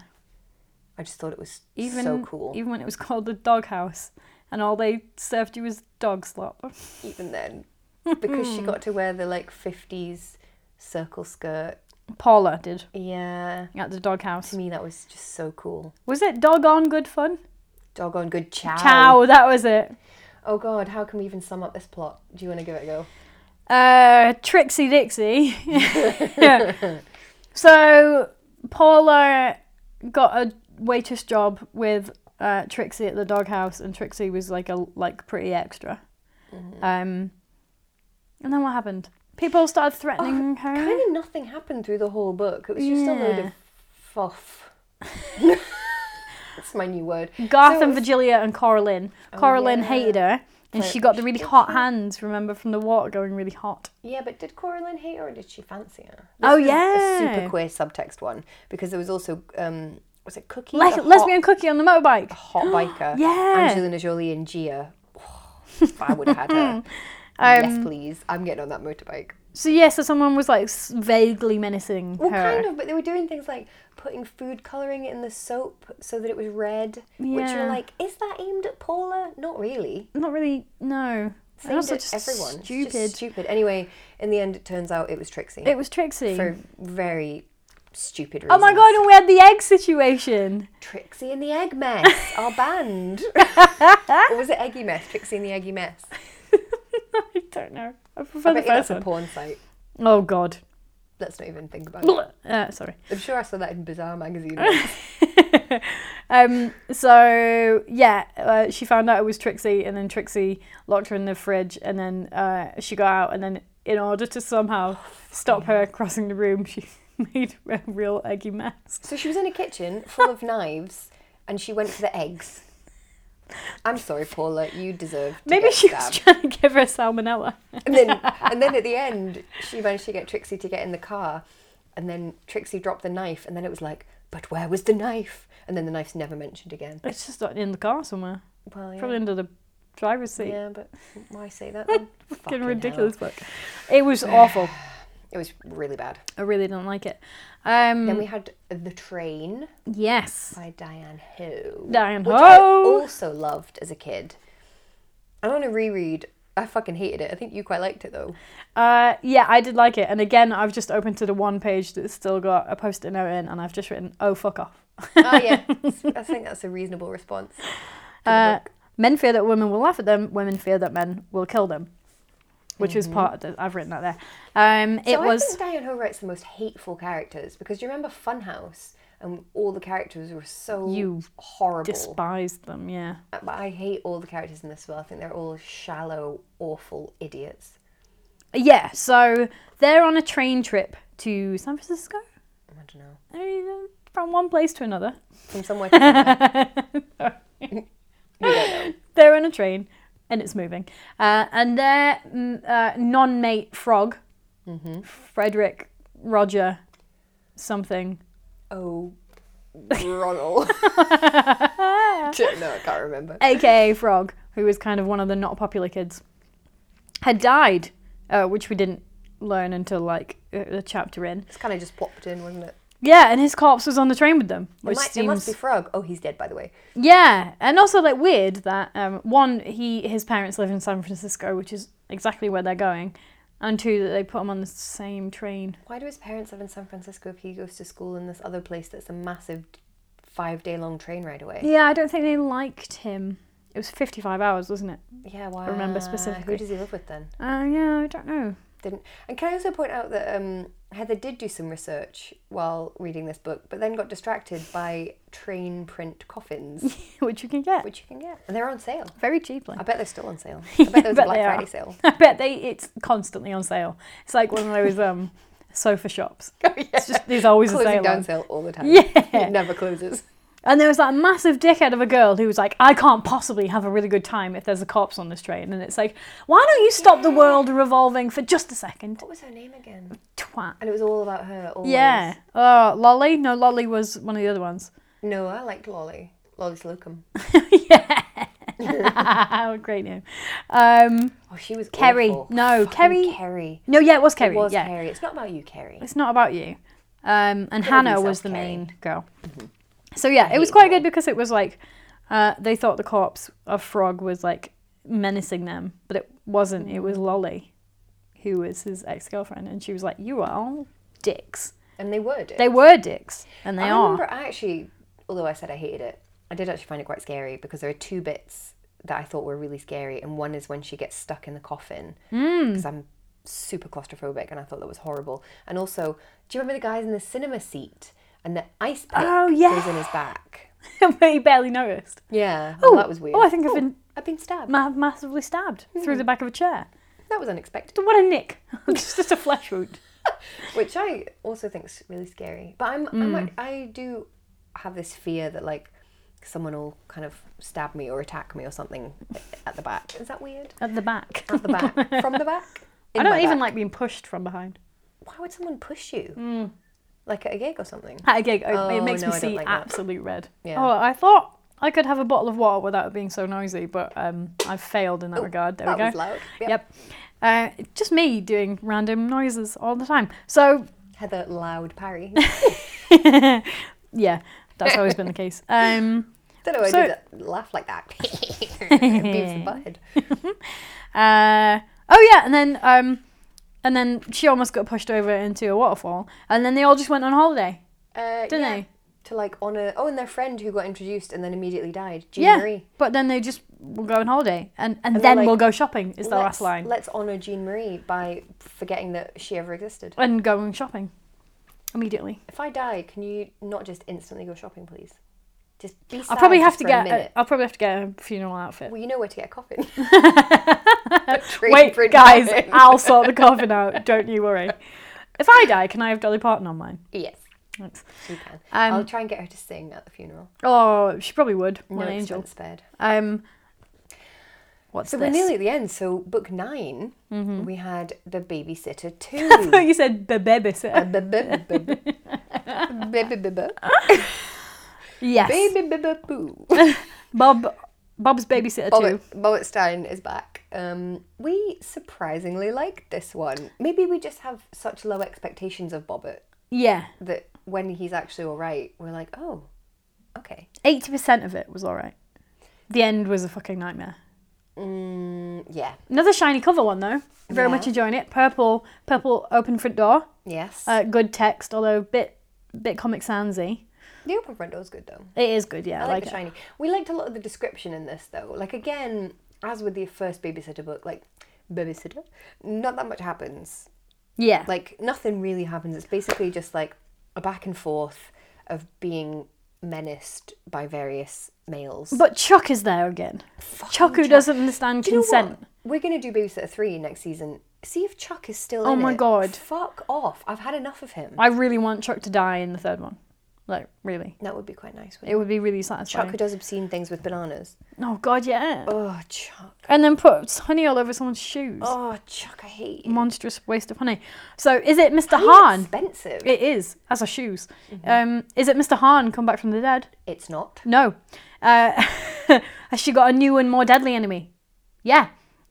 Speaker 1: I just thought it was
Speaker 2: Even
Speaker 1: so cool.
Speaker 2: Even when it was called the doghouse, and all they served you was dog slop.
Speaker 1: Even then, because she got to wear the like fifties circle skirt.
Speaker 2: Paula did
Speaker 1: Yeah,
Speaker 2: at the doghouse.
Speaker 1: to me that was just so cool.
Speaker 2: Was it doggone good fun?
Speaker 1: Doggone good chow.
Speaker 2: Chow, that was it.
Speaker 1: Oh God, how can we even sum up this plot? Do you want to give it a go?
Speaker 2: Uh, Trixie Dixie. so Paula got a waitress job with uh, Trixie at the doghouse, and Trixie was like a like pretty extra.
Speaker 1: Mm-hmm.
Speaker 2: Um, and then what happened? People started threatening her.
Speaker 1: Oh, Kind of nothing happened through the whole book. It was just a load
Speaker 2: Yeah.
Speaker 1: of fluff. That's my new word.
Speaker 2: Garth
Speaker 1: So
Speaker 2: and
Speaker 1: it's-
Speaker 2: Virgilia and Coraline. Coraline
Speaker 1: Oh, yeah.
Speaker 2: hated her, And
Speaker 1: But
Speaker 2: she got the really
Speaker 1: did
Speaker 2: hot
Speaker 1: she-
Speaker 2: hands, remember, from the water going really hot.
Speaker 1: Yeah, but did Coraline hate her or did she fancy her?
Speaker 2: Oh,
Speaker 1: was a
Speaker 2: yeah.
Speaker 1: super queer subtext one because there was also um, was it Cookie,
Speaker 2: Like
Speaker 1: the hot-
Speaker 2: lesbian cookie on the motorbike.
Speaker 1: hot biker?
Speaker 2: Yeah.
Speaker 1: Angelina Jolie and Gia. if I would have had
Speaker 2: Um,
Speaker 1: her. yes, please. I'm getting on that motorbike.
Speaker 2: So yeah, so someone was like s- vaguely menacing
Speaker 1: Well,
Speaker 2: her.
Speaker 1: kind of, but they were doing things like putting food coloring in the soap so that it was red, which
Speaker 2: Yeah.
Speaker 1: you're like, is that aimed at Paula? Not really.
Speaker 2: Not really. No. It's
Speaker 1: It's aimed
Speaker 2: also
Speaker 1: at
Speaker 2: just
Speaker 1: everyone. It's
Speaker 2: Stupid.
Speaker 1: just stupid. Anyway, in the end, it turns out it was Trixie
Speaker 2: It was Trixie.
Speaker 1: for very stupid reasons.
Speaker 2: oh my god! And we had the egg situation.
Speaker 1: Trixie and the Egg Mess, our band. or was it Eggy Mess? Trixie and the Eggy Mess.
Speaker 2: I don't know. I prefer
Speaker 1: I
Speaker 2: the
Speaker 1: bet you
Speaker 2: first
Speaker 1: that's a
Speaker 2: one.
Speaker 1: porn site.
Speaker 2: Oh god.
Speaker 1: Let's not even think about it.
Speaker 2: uh, sorry.
Speaker 1: I'm sure I saw that in Bizarre magazine.
Speaker 2: um, so yeah, uh, she found out it was Trixie, and then Trixie locked her in the fridge, and then uh, she got out, and then in order to somehow
Speaker 1: Oh,
Speaker 2: stop her crossing the room, she made a real eggy mess.
Speaker 1: So she was in a kitchen full of knives, and she went for the eggs. I'm sorry, Paula. You deserve. To
Speaker 2: Maybe
Speaker 1: get
Speaker 2: she was
Speaker 1: stabbed.
Speaker 2: trying to give her salmonella.
Speaker 1: And then, and then at the end, she managed to get Trixie to get in the car, and then Trixie dropped the knife, and then it was like, but where was the knife? And then the knife's never mentioned again.
Speaker 2: It's just not in the car somewhere,
Speaker 1: Well, yeah,
Speaker 2: probably under the driver's seat.
Speaker 1: yeah, but why say that? Then? Fucking
Speaker 2: Fucking
Speaker 1: hell.
Speaker 2: ridiculous book. It was awful.
Speaker 1: It was really bad.
Speaker 2: I really don't like it. Um,
Speaker 1: Then we had The Train
Speaker 2: yes.
Speaker 1: by Diane Ho.
Speaker 2: Diane
Speaker 1: which I
Speaker 2: Ho.
Speaker 1: also loved as a kid. I want to reread. I fucking hated it. I think you quite liked it though.
Speaker 2: Uh, yeah, I did like it. And again, I've just opened to the one page that's still got a post-it note in, and I've just written, "Oh fuck off."
Speaker 1: oh yeah, I think that's a reasonable response. to the
Speaker 2: Uh,
Speaker 1: book.
Speaker 2: men fear that women will laugh at them. Women fear that men will kill them, which is
Speaker 1: Mm-hmm.
Speaker 2: part of the, I've written that there. Um, it
Speaker 1: so I
Speaker 2: was
Speaker 1: think Diane Ho writes the most hateful characters because do you remember Funhouse and all the characters were so
Speaker 2: You
Speaker 1: horrible.
Speaker 2: despised them. Yeah,
Speaker 1: but I hate all the characters in this as well. I think they're all shallow, awful idiots.
Speaker 2: yeah. So they're on a train trip to San Francisco.
Speaker 1: I don't know
Speaker 2: I mean, From one place to another.
Speaker 1: from somewhere. to somewhere.
Speaker 2: They're on a train, and it's moving. Uh, and their mm, uh, non-mate frog,
Speaker 1: Mm-hmm.
Speaker 2: Frederick Roger, something.
Speaker 1: oh, Ronald. Shit, no, I can't remember.
Speaker 2: aka Frog, who was kind of one of the not popular kids, had died, uh, which we didn't learn until like a a chapter in.
Speaker 1: It's kind of just plopped in, wasn't it?
Speaker 2: Yeah, and his corpse was on the train with them,
Speaker 1: It,
Speaker 2: which
Speaker 1: might, it
Speaker 2: seems
Speaker 1: must be Frog. Oh, he's dead, by the way.
Speaker 2: yeah, and also like weird that um, one he his parents live in San Francisco, which is exactly where they're going, and two that they put him on the same train.
Speaker 1: Why do his parents live in San Francisco if he goes to school in this other place that's a massive five day long train ride away?
Speaker 2: Yeah, I don't think they liked him. It was fifty-five hours, wasn't it?
Speaker 1: Yeah, why?
Speaker 2: remember
Speaker 1: Who
Speaker 2: specifically.
Speaker 1: does he live with then?
Speaker 2: Uh, yeah, I don't know.
Speaker 1: Didn't. And can I also point out that um, Heather did do some research while reading this book, but then got distracted by train print coffins,
Speaker 2: Which you can get
Speaker 1: which you can get, and they're on sale.
Speaker 2: very cheaply.
Speaker 1: I bet they're still on sale. I bet there's a
Speaker 2: bet
Speaker 1: Black
Speaker 2: they are.
Speaker 1: Friday sale.
Speaker 2: I bet they it's constantly on sale. It's like one of those um sofa shops. It's just there's always a
Speaker 1: Closing
Speaker 2: sale.
Speaker 1: down
Speaker 2: on.
Speaker 1: sale all the time.
Speaker 2: Yeah.
Speaker 1: It never closes.
Speaker 2: And there was that massive dickhead of a girl who was like, I can't possibly have a really good time if there's a corpse on this train. And it's like, why don't you stop the world revolving for just a second?
Speaker 1: What was her name again?
Speaker 2: Twat.
Speaker 1: And it was all about her. Always.
Speaker 2: Yeah. Oh, Lolly? No, Lolly was one of the other ones.
Speaker 1: No, I liked Lolly. Lolly Slocum.
Speaker 2: yeah. Great name. Um,
Speaker 1: Oh, she was
Speaker 2: Kerry.
Speaker 1: awful.
Speaker 2: No,
Speaker 1: Fucking
Speaker 2: Kerry.
Speaker 1: Kerry.
Speaker 2: no, yeah, it was Kerry.
Speaker 1: It was
Speaker 2: yeah.
Speaker 1: Kerry. It's not about you, Kerry.
Speaker 2: It's not about you. Um, and
Speaker 1: love
Speaker 2: Hannah
Speaker 1: yourself,
Speaker 2: was the
Speaker 1: Kerry.
Speaker 2: main girl.
Speaker 1: Mm-hmm.
Speaker 2: So yeah, it was
Speaker 1: hate
Speaker 2: quite good because it was like uh, they thought the corpse of Frog was like menacing them, but it wasn't. It
Speaker 1: Mm-hmm.
Speaker 2: was Lolly, who was his ex girlfriend, and she was like, "You are all dicks.
Speaker 1: And they would.
Speaker 2: They were dicks, and they
Speaker 1: I
Speaker 2: are."
Speaker 1: remember I actually, although I said I hated it, I did actually find it quite scary because there are two bits that I thought were really scary, and one is when she gets stuck in the coffin
Speaker 2: Hmm.
Speaker 1: because I'm super claustrophobic, and I thought that was horrible. And also, do you remember the guys in the cinema seat and the ice pick
Speaker 2: Oh, yeah.
Speaker 1: goes in his back?
Speaker 2: but he barely noticed.
Speaker 1: Yeah, well,
Speaker 2: Oh,
Speaker 1: that was weird. Mm-hmm.
Speaker 2: Oh, I think I've been
Speaker 1: I've been stabbed.
Speaker 2: ma- massively stabbed through the back of a chair.
Speaker 1: That was unexpected,
Speaker 2: What a nick! just, just a flesh wound.
Speaker 1: which I
Speaker 2: Mm.
Speaker 1: also think's really scary. But I'm, I'm I do have this fear that like someone will kind of stab me or attack me or something at the back. Is that weird?
Speaker 2: At the back.
Speaker 1: At the back, from the back.
Speaker 2: I
Speaker 1: In
Speaker 2: don't
Speaker 1: my
Speaker 2: even
Speaker 1: back.
Speaker 2: like being pushed from behind.
Speaker 1: Why would someone push you?
Speaker 2: Mm.
Speaker 1: Like at a gig or something.
Speaker 2: At a gig, it- it
Speaker 1: Oh,
Speaker 2: makes
Speaker 1: no,
Speaker 2: me
Speaker 1: I don't
Speaker 2: see
Speaker 1: like that.
Speaker 2: absolute red.
Speaker 1: Yeah.
Speaker 2: Oh, I thought I could have a bottle of water without it being so noisy, but um, I've failed in that regard. There
Speaker 1: Oh, that
Speaker 2: we go.
Speaker 1: was loud. Yep.
Speaker 2: Yep. Uh, just me doing random noises all the time. So
Speaker 1: Heather loud parry.
Speaker 2: yeah, that's always been the case. Um,
Speaker 1: don't know why
Speaker 2: So-
Speaker 1: I did that, laugh like that. Beavis and Butthead.
Speaker 2: uh, oh yeah, and then um, and then she almost got pushed over into a waterfall, and then they all just went on holiday,
Speaker 1: Uh,
Speaker 2: didn't
Speaker 1: yeah,
Speaker 2: they?
Speaker 1: To like on a oh, and their friend who got introduced and then immediately died, Jean
Speaker 2: Yeah.
Speaker 1: Marie.
Speaker 2: But then they just will go on holiday, and
Speaker 1: And
Speaker 2: and,
Speaker 1: they're
Speaker 2: then
Speaker 1: like,
Speaker 2: we'll go shopping. Is the
Speaker 1: let's,
Speaker 2: last line.
Speaker 1: Let's honor Jean Marie by forgetting that she ever existed.
Speaker 2: and going shopping immediately.
Speaker 1: If I die, can you not just instantly go shopping, please? Just be. Sad
Speaker 2: I'll probably have
Speaker 1: just
Speaker 2: to
Speaker 1: for
Speaker 2: get.
Speaker 1: A
Speaker 2: A,
Speaker 1: minute.
Speaker 2: I'll probably have to get a funeral outfit.
Speaker 1: well, you know where to get a coffin.
Speaker 2: Wait, guys, I'll sort the coffin out. Don't you worry. If I die, can I have Dolly Parton on mine?
Speaker 1: Yes,
Speaker 2: Thanks.
Speaker 1: you can.
Speaker 2: Um,
Speaker 1: I'll try and get her to sing at the funeral.
Speaker 2: Oh, she probably would.
Speaker 1: No
Speaker 2: What an angel.
Speaker 1: expense spared.
Speaker 2: Um, what's
Speaker 1: So
Speaker 2: this?
Speaker 1: we're nearly at the end. So book 9
Speaker 2: Mm-hmm.
Speaker 1: we had the babysitter two.
Speaker 2: you said the babysitter.
Speaker 1: Baby
Speaker 2: Yes.
Speaker 1: boo.
Speaker 2: Bob, Bob's babysitter too.
Speaker 1: Bobbit Stein is back. Um, we surprisingly liked this one. Maybe we just have such low expectations of Bobbit
Speaker 2: Yeah,
Speaker 1: that when he's actually all right, we're like, oh, okay.
Speaker 2: eighty percent of it was all right. The end was a fucking nightmare.
Speaker 1: Mm, yeah.
Speaker 2: Another shiny cover one though. Very
Speaker 1: Yeah.
Speaker 2: much enjoying it. Purple, purple open front door.
Speaker 1: Yes.
Speaker 2: Uh, good text, although bit bit comic sansy.
Speaker 1: the open front door's good though.
Speaker 2: It is good. Yeah,
Speaker 1: I
Speaker 2: I
Speaker 1: like
Speaker 2: like,
Speaker 1: the
Speaker 2: it.
Speaker 1: shiny. We liked a lot of the description in this though. Like again, as with the first babysitter book, like babysitter, not that much happens.
Speaker 2: Yeah,
Speaker 1: like nothing really happens. It's basically just like a back and forth of being menaced by various males.
Speaker 2: but Chuck is there again. Chuck, who doesn't understand
Speaker 1: You know what?
Speaker 2: consent.
Speaker 1: We're gonna do Babysitter three next season. See if Chuck is still.
Speaker 2: Oh
Speaker 1: in
Speaker 2: my
Speaker 1: it.
Speaker 2: God.
Speaker 1: Fuck off! I've had enough of him.
Speaker 2: I really want Chuck to die in the third one. Like, really.
Speaker 1: That would be quite nice. Wouldn't
Speaker 2: It
Speaker 1: it?
Speaker 2: would be really
Speaker 1: Chuck
Speaker 2: satisfying.
Speaker 1: who does obscene things with bananas.
Speaker 2: oh, God, yeah.
Speaker 1: Oh Chuck!
Speaker 2: And then put honey all over someone's shoes.
Speaker 1: Oh Chuck! I hate you.
Speaker 2: Monstrous waste of honey. So, is it Mr.
Speaker 1: He's
Speaker 2: Hahn?
Speaker 1: Expensive.
Speaker 2: It is, as are shoes.
Speaker 1: Mm-hmm.
Speaker 2: Um, is it Mr. Hahn come back from the dead?
Speaker 1: It's not.
Speaker 2: No. Uh, has she got a new and more deadly enemy? Yeah.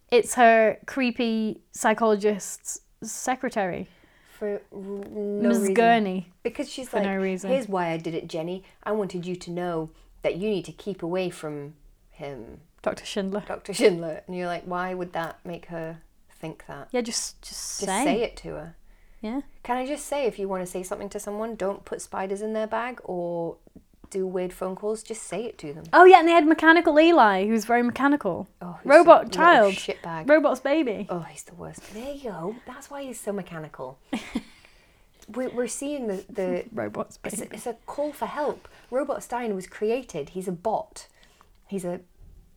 Speaker 2: It's her creepy psychologist's secretary,
Speaker 1: For r- no
Speaker 2: Ms.
Speaker 1: reason.
Speaker 2: Gurney.
Speaker 1: Because she's like,
Speaker 2: no reason.
Speaker 1: here's why I did it, Jenny. I wanted you to know that you need to keep away from him,
Speaker 2: Dr. Schindler.
Speaker 1: Dr. Schindler. And you're like, why would that make her think that?
Speaker 2: Yeah, just just,
Speaker 1: Just
Speaker 2: say.
Speaker 1: say. it to her.
Speaker 2: Yeah.
Speaker 1: Can I just say, if you want to say something to someone, don't put spiders in their bag or do weird phone calls. Just say it to them.
Speaker 2: Oh yeah, and they had mechanical Eli, who's very mechanical.
Speaker 1: Oh, he's a
Speaker 2: Robot
Speaker 1: little
Speaker 2: child.
Speaker 1: Shitbag.
Speaker 2: Robot's baby.
Speaker 1: Oh, he's the worst. There you go. That's why he's so mechanical. we're, we're seeing the, the
Speaker 2: Robot's
Speaker 1: It's
Speaker 2: baby.
Speaker 1: a, it's a call for help. Robot Stein was created. He's a bot. He's a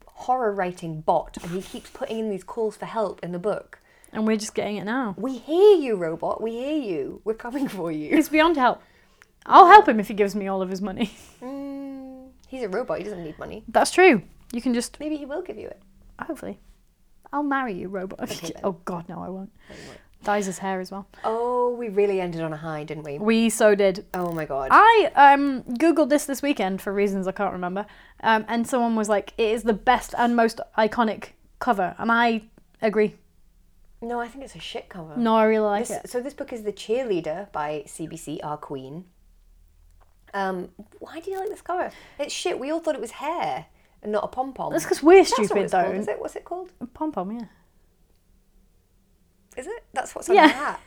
Speaker 1: horror writing bot, and he keeps putting in these calls for help in the book.
Speaker 2: And we're just getting it now.
Speaker 1: We hear you, robot. We hear you. We're coming for you.
Speaker 2: It's beyond help. I'll help him if he gives me all of his money.
Speaker 1: Mm, he's a robot. He doesn't need money.
Speaker 2: That's true. You can just
Speaker 1: Maybe he will give you it.
Speaker 2: hopefully. I'll marry you, robot.
Speaker 1: then.
Speaker 2: oh god, no, I won't. Dyes his hair as well.
Speaker 1: Oh, we really ended on a high, didn't we?
Speaker 2: We so did.
Speaker 1: Oh my god.
Speaker 2: I um googled this this weekend for reasons I can't remember, um, and someone was like, "It is the best and most iconic cover," and I agree.
Speaker 1: No, I think it's a shit cover.
Speaker 2: No, I really like
Speaker 1: This-
Speaker 2: it.
Speaker 1: so this book is The Cheerleader by CBC, our queen. Um, why do you like this cover? It's shit. We all thought it was hair and not a pom pom.
Speaker 2: That's because we're
Speaker 1: That's not what
Speaker 2: stupid
Speaker 1: it's called,
Speaker 2: though.
Speaker 1: is it? What's it called?
Speaker 2: Pom pom, yeah.
Speaker 1: Is it? That's what's on
Speaker 2: Yeah.
Speaker 1: the hat.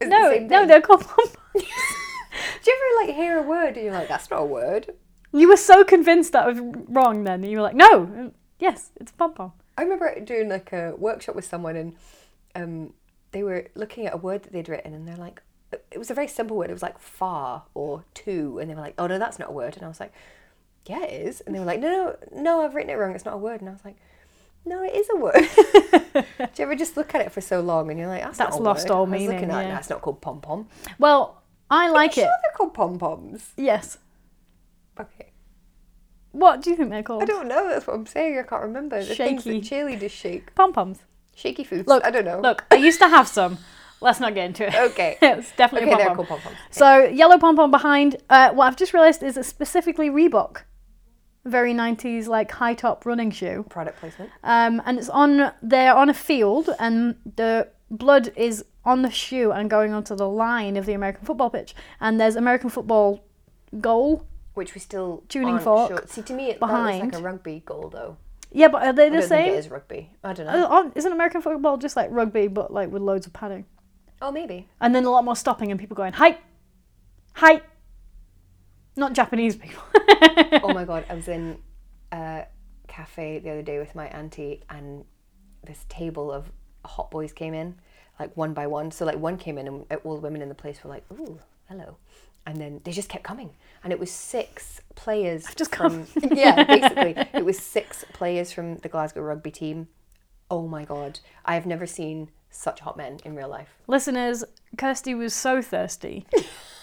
Speaker 1: Is it the
Speaker 2: No,
Speaker 1: same
Speaker 2: no,
Speaker 1: thing?
Speaker 2: they're called pom pom.
Speaker 1: Do you ever like hear a word and you're like, that's not a word?
Speaker 2: You were so convinced that was wrong then. You were like, no, mm, yes, it's pom pom.
Speaker 1: I remember doing like a workshop with someone and um, they were looking at a word that they'd written and they're like, it was a very simple word. It was like far or two, and they were like, oh no, that's not a word. And I was like, yeah, it is. And they were like, no, no, no, I've written it wrong. It's not a word. And I was like, no, it is a word. Do you ever just look at it for so long and you're like, that's, not
Speaker 2: That's
Speaker 1: a
Speaker 2: lost
Speaker 1: word.
Speaker 2: all
Speaker 1: I was
Speaker 2: meaning,
Speaker 1: Looking at it,
Speaker 2: yeah.
Speaker 1: "No, it's not called pom pom.
Speaker 2: Well, I like
Speaker 1: Sure,
Speaker 2: it.
Speaker 1: they're called pom poms.
Speaker 2: Yes.
Speaker 1: Okay.
Speaker 2: What do you think they're called?
Speaker 1: I don't know. That's what I'm saying. I can't remember. The
Speaker 2: Shaky.
Speaker 1: things that cheerleaders shake.
Speaker 2: Pom poms.
Speaker 1: Shaky foods.
Speaker 2: Look,
Speaker 1: I don't know.
Speaker 2: Look, I used to have some. Let's not get into it.
Speaker 1: Okay.
Speaker 2: it's definitely
Speaker 1: okay,
Speaker 2: a
Speaker 1: they're
Speaker 2: pom pom.
Speaker 1: called pom poms.
Speaker 2: So yellow pom pom behind. Uh, what I've just realised is it's specifically Reebok, very '90s like high top running shoe.
Speaker 1: Product placement.
Speaker 2: Um, and it's on. They're on a field, and the blood is on the shoe and going onto the line of the American football pitch. And there's American football goal.
Speaker 1: Which we still
Speaker 2: Tuning
Speaker 1: aren't
Speaker 2: fork
Speaker 1: sure. See, to me, it that looks
Speaker 2: behind.
Speaker 1: like a rugby goal, though.
Speaker 2: Yeah, but are they
Speaker 1: I
Speaker 2: the
Speaker 1: don't think it
Speaker 2: same?
Speaker 1: is rugby. I don't know.
Speaker 2: Uh, aren't- Isn't American football just like rugby, but like with loads of padding?
Speaker 1: Oh, maybe.
Speaker 2: And then a lot more stopping and people going, hi, hi. Not Japanese people.
Speaker 1: oh my god, I was in a cafe the other day with my auntie, and this table of hot boys came in, like one by one. So like one came in, and all the women in the place were like, "Ooh, hello," and then they just kept coming, and it was six players.
Speaker 2: just
Speaker 1: from, yeah, basically, it was six players from the Glasgow rugby team. Oh my god, I have never seen such hot men in real life.
Speaker 2: Listeners, Kirsty was so thirsty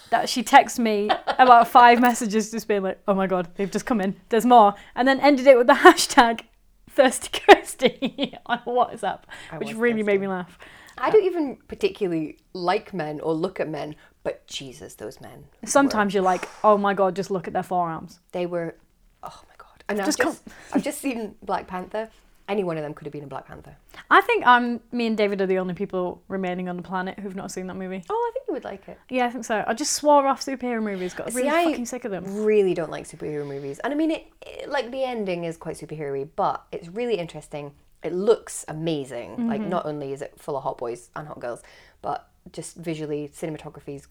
Speaker 2: that she texted me about five messages just being like, oh my God, they've just come in. There's more. And then ended it with the hashtag thirsty Kirsty on WhatsApp, which
Speaker 1: was
Speaker 2: really made me laugh. Uh,
Speaker 1: I don't even particularly like men or look at men, but Jesus, those men.
Speaker 2: Sometimes you're like, oh my God, just look at their forearms.
Speaker 1: they were oh my god and
Speaker 2: Just
Speaker 1: I've, just, I've just seen black panther any one of them could have been a black panther
Speaker 2: I think I'm, me and David are the only people remaining on the planet who've not seen that movie.
Speaker 1: oh i think you would like it
Speaker 2: Yeah, I think so. I just swore off superhero movies. Got really
Speaker 1: I-
Speaker 2: fucking sick of them.
Speaker 1: really don't like superhero movies and i mean it, it like the ending is quite superhero but it's really interesting it looks amazing like
Speaker 2: Mm-hmm.
Speaker 1: not only is it full of hot boys and hot girls but just visually cinematography's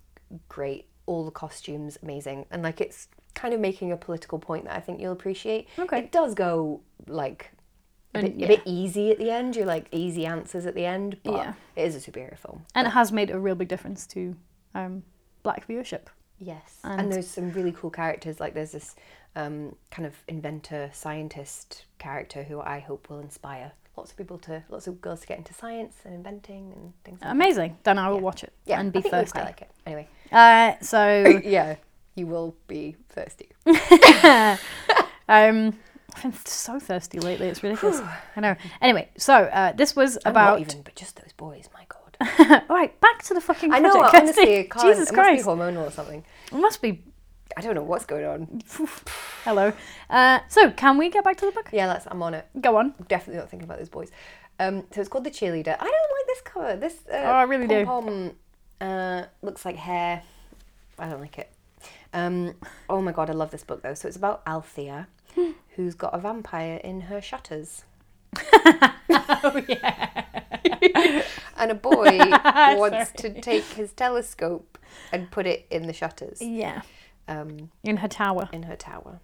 Speaker 1: great all the costumes amazing and like it's kind of making a political point that i think you'll appreciate
Speaker 2: Okay.
Speaker 1: it does go like a
Speaker 2: And-
Speaker 1: bit, a bit easy at the end. You're like easy answers at the end, but
Speaker 2: Yeah.
Speaker 1: it is a superhero film.
Speaker 2: And it has made a real big difference to um, black viewership.
Speaker 1: Yes, and, there's some really cool characters. Like there's this um, kind of inventor scientist character who I hope will inspire lots of people to lots of girls to get into science and inventing and things. like that.
Speaker 2: Amazing. Then I will watch it
Speaker 1: Yeah,
Speaker 2: Um, and be
Speaker 1: I think
Speaker 2: thirsty.
Speaker 1: You would quite like it. Anyway,
Speaker 2: Uh, so
Speaker 1: yeah, you will be thirsty.
Speaker 2: um, I've been so thirsty lately. It's ridiculous. I know. Anyway, so uh, this was
Speaker 1: Not
Speaker 2: about.
Speaker 1: even, but just those boys. My God,
Speaker 2: All right, back to the fucking.
Speaker 1: I know.
Speaker 2: Project,
Speaker 1: I honestly,
Speaker 2: Kirsty.
Speaker 1: I can't.
Speaker 2: Jesus
Speaker 1: it
Speaker 2: Christ.
Speaker 1: must be hormonal or something.
Speaker 2: It must be.
Speaker 1: I don't know what's going on.
Speaker 2: Hello. Uh, so can we get back to the book?
Speaker 1: Yeah, that's. I'm on it.
Speaker 2: Go on.
Speaker 1: definitely not thinking about those boys. Um, so it's called the cheerleader. I don't like this cover. This uh,
Speaker 2: Oh, I really do.
Speaker 1: pom uh, looks like hair. I don't like it. Um, oh my god, I love this book though. So it's about Althea, who's got a vampire in her shutters. oh yeah. and a boy wants to take his telescope and put it in the shutters
Speaker 2: Yeah.
Speaker 1: um,
Speaker 2: In her tower.
Speaker 1: in her tower.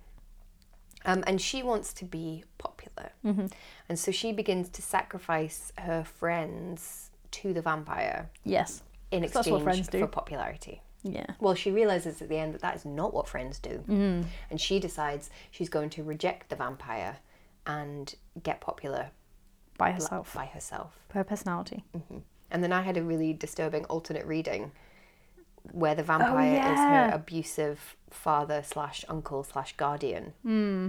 Speaker 1: Um, and she wants to be popular.
Speaker 2: Mm-hmm.
Speaker 1: And so she begins to sacrifice her friends to the vampire
Speaker 2: Yes.
Speaker 1: in
Speaker 2: So that's what
Speaker 1: exchange
Speaker 2: friends do.
Speaker 1: for popularity.
Speaker 2: Yeah.
Speaker 1: Well, she realizes at the end that that is not what friends do.
Speaker 2: Mm-hmm.
Speaker 1: Mm. And she decides she's going to reject the vampire and get popular
Speaker 2: By herself.
Speaker 1: by herself.
Speaker 2: Her personality.
Speaker 1: And then I had a really disturbing alternate reading where the vampire is
Speaker 2: Oh, yeah.
Speaker 1: her abusive father slash uncle slash guardian
Speaker 2: Hmm.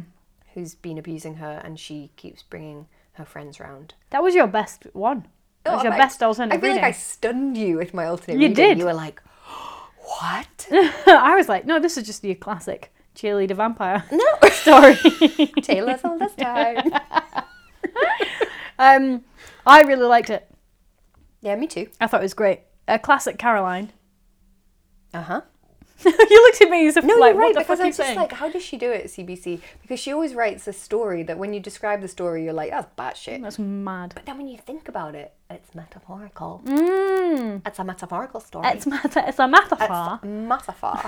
Speaker 1: who's been abusing her and she keeps bringing her friends round.
Speaker 2: That was your best one. That was your
Speaker 1: I-
Speaker 2: best alternative
Speaker 1: Oh, I feel
Speaker 2: reading.
Speaker 1: like I stunned you with my alternate
Speaker 2: You
Speaker 1: reading.
Speaker 2: did.
Speaker 1: You were like, what?
Speaker 2: I was like, no, this is just your classic cheerleader vampire
Speaker 1: No.
Speaker 2: story.
Speaker 1: Taylor's all this time.
Speaker 2: um, I really liked it.
Speaker 1: yeah, me too.
Speaker 2: I thought it was great. A classic Caroline.
Speaker 1: Uh-huh.
Speaker 2: you looked at me as if
Speaker 1: No,
Speaker 2: like,
Speaker 1: you're
Speaker 2: what
Speaker 1: right,
Speaker 2: the
Speaker 1: because
Speaker 2: fuck are
Speaker 1: I'm
Speaker 2: you
Speaker 1: just
Speaker 2: saying?
Speaker 1: like, how does she do it at CBC? Because she always writes a story that when you describe the story, you're like, that's batshit.
Speaker 2: That's mad.
Speaker 1: But then when you think about it, it's metaphorical.
Speaker 2: Mm,
Speaker 1: It's a metaphorical story.
Speaker 2: it's, mat- it's a metaphor.
Speaker 1: metaphor.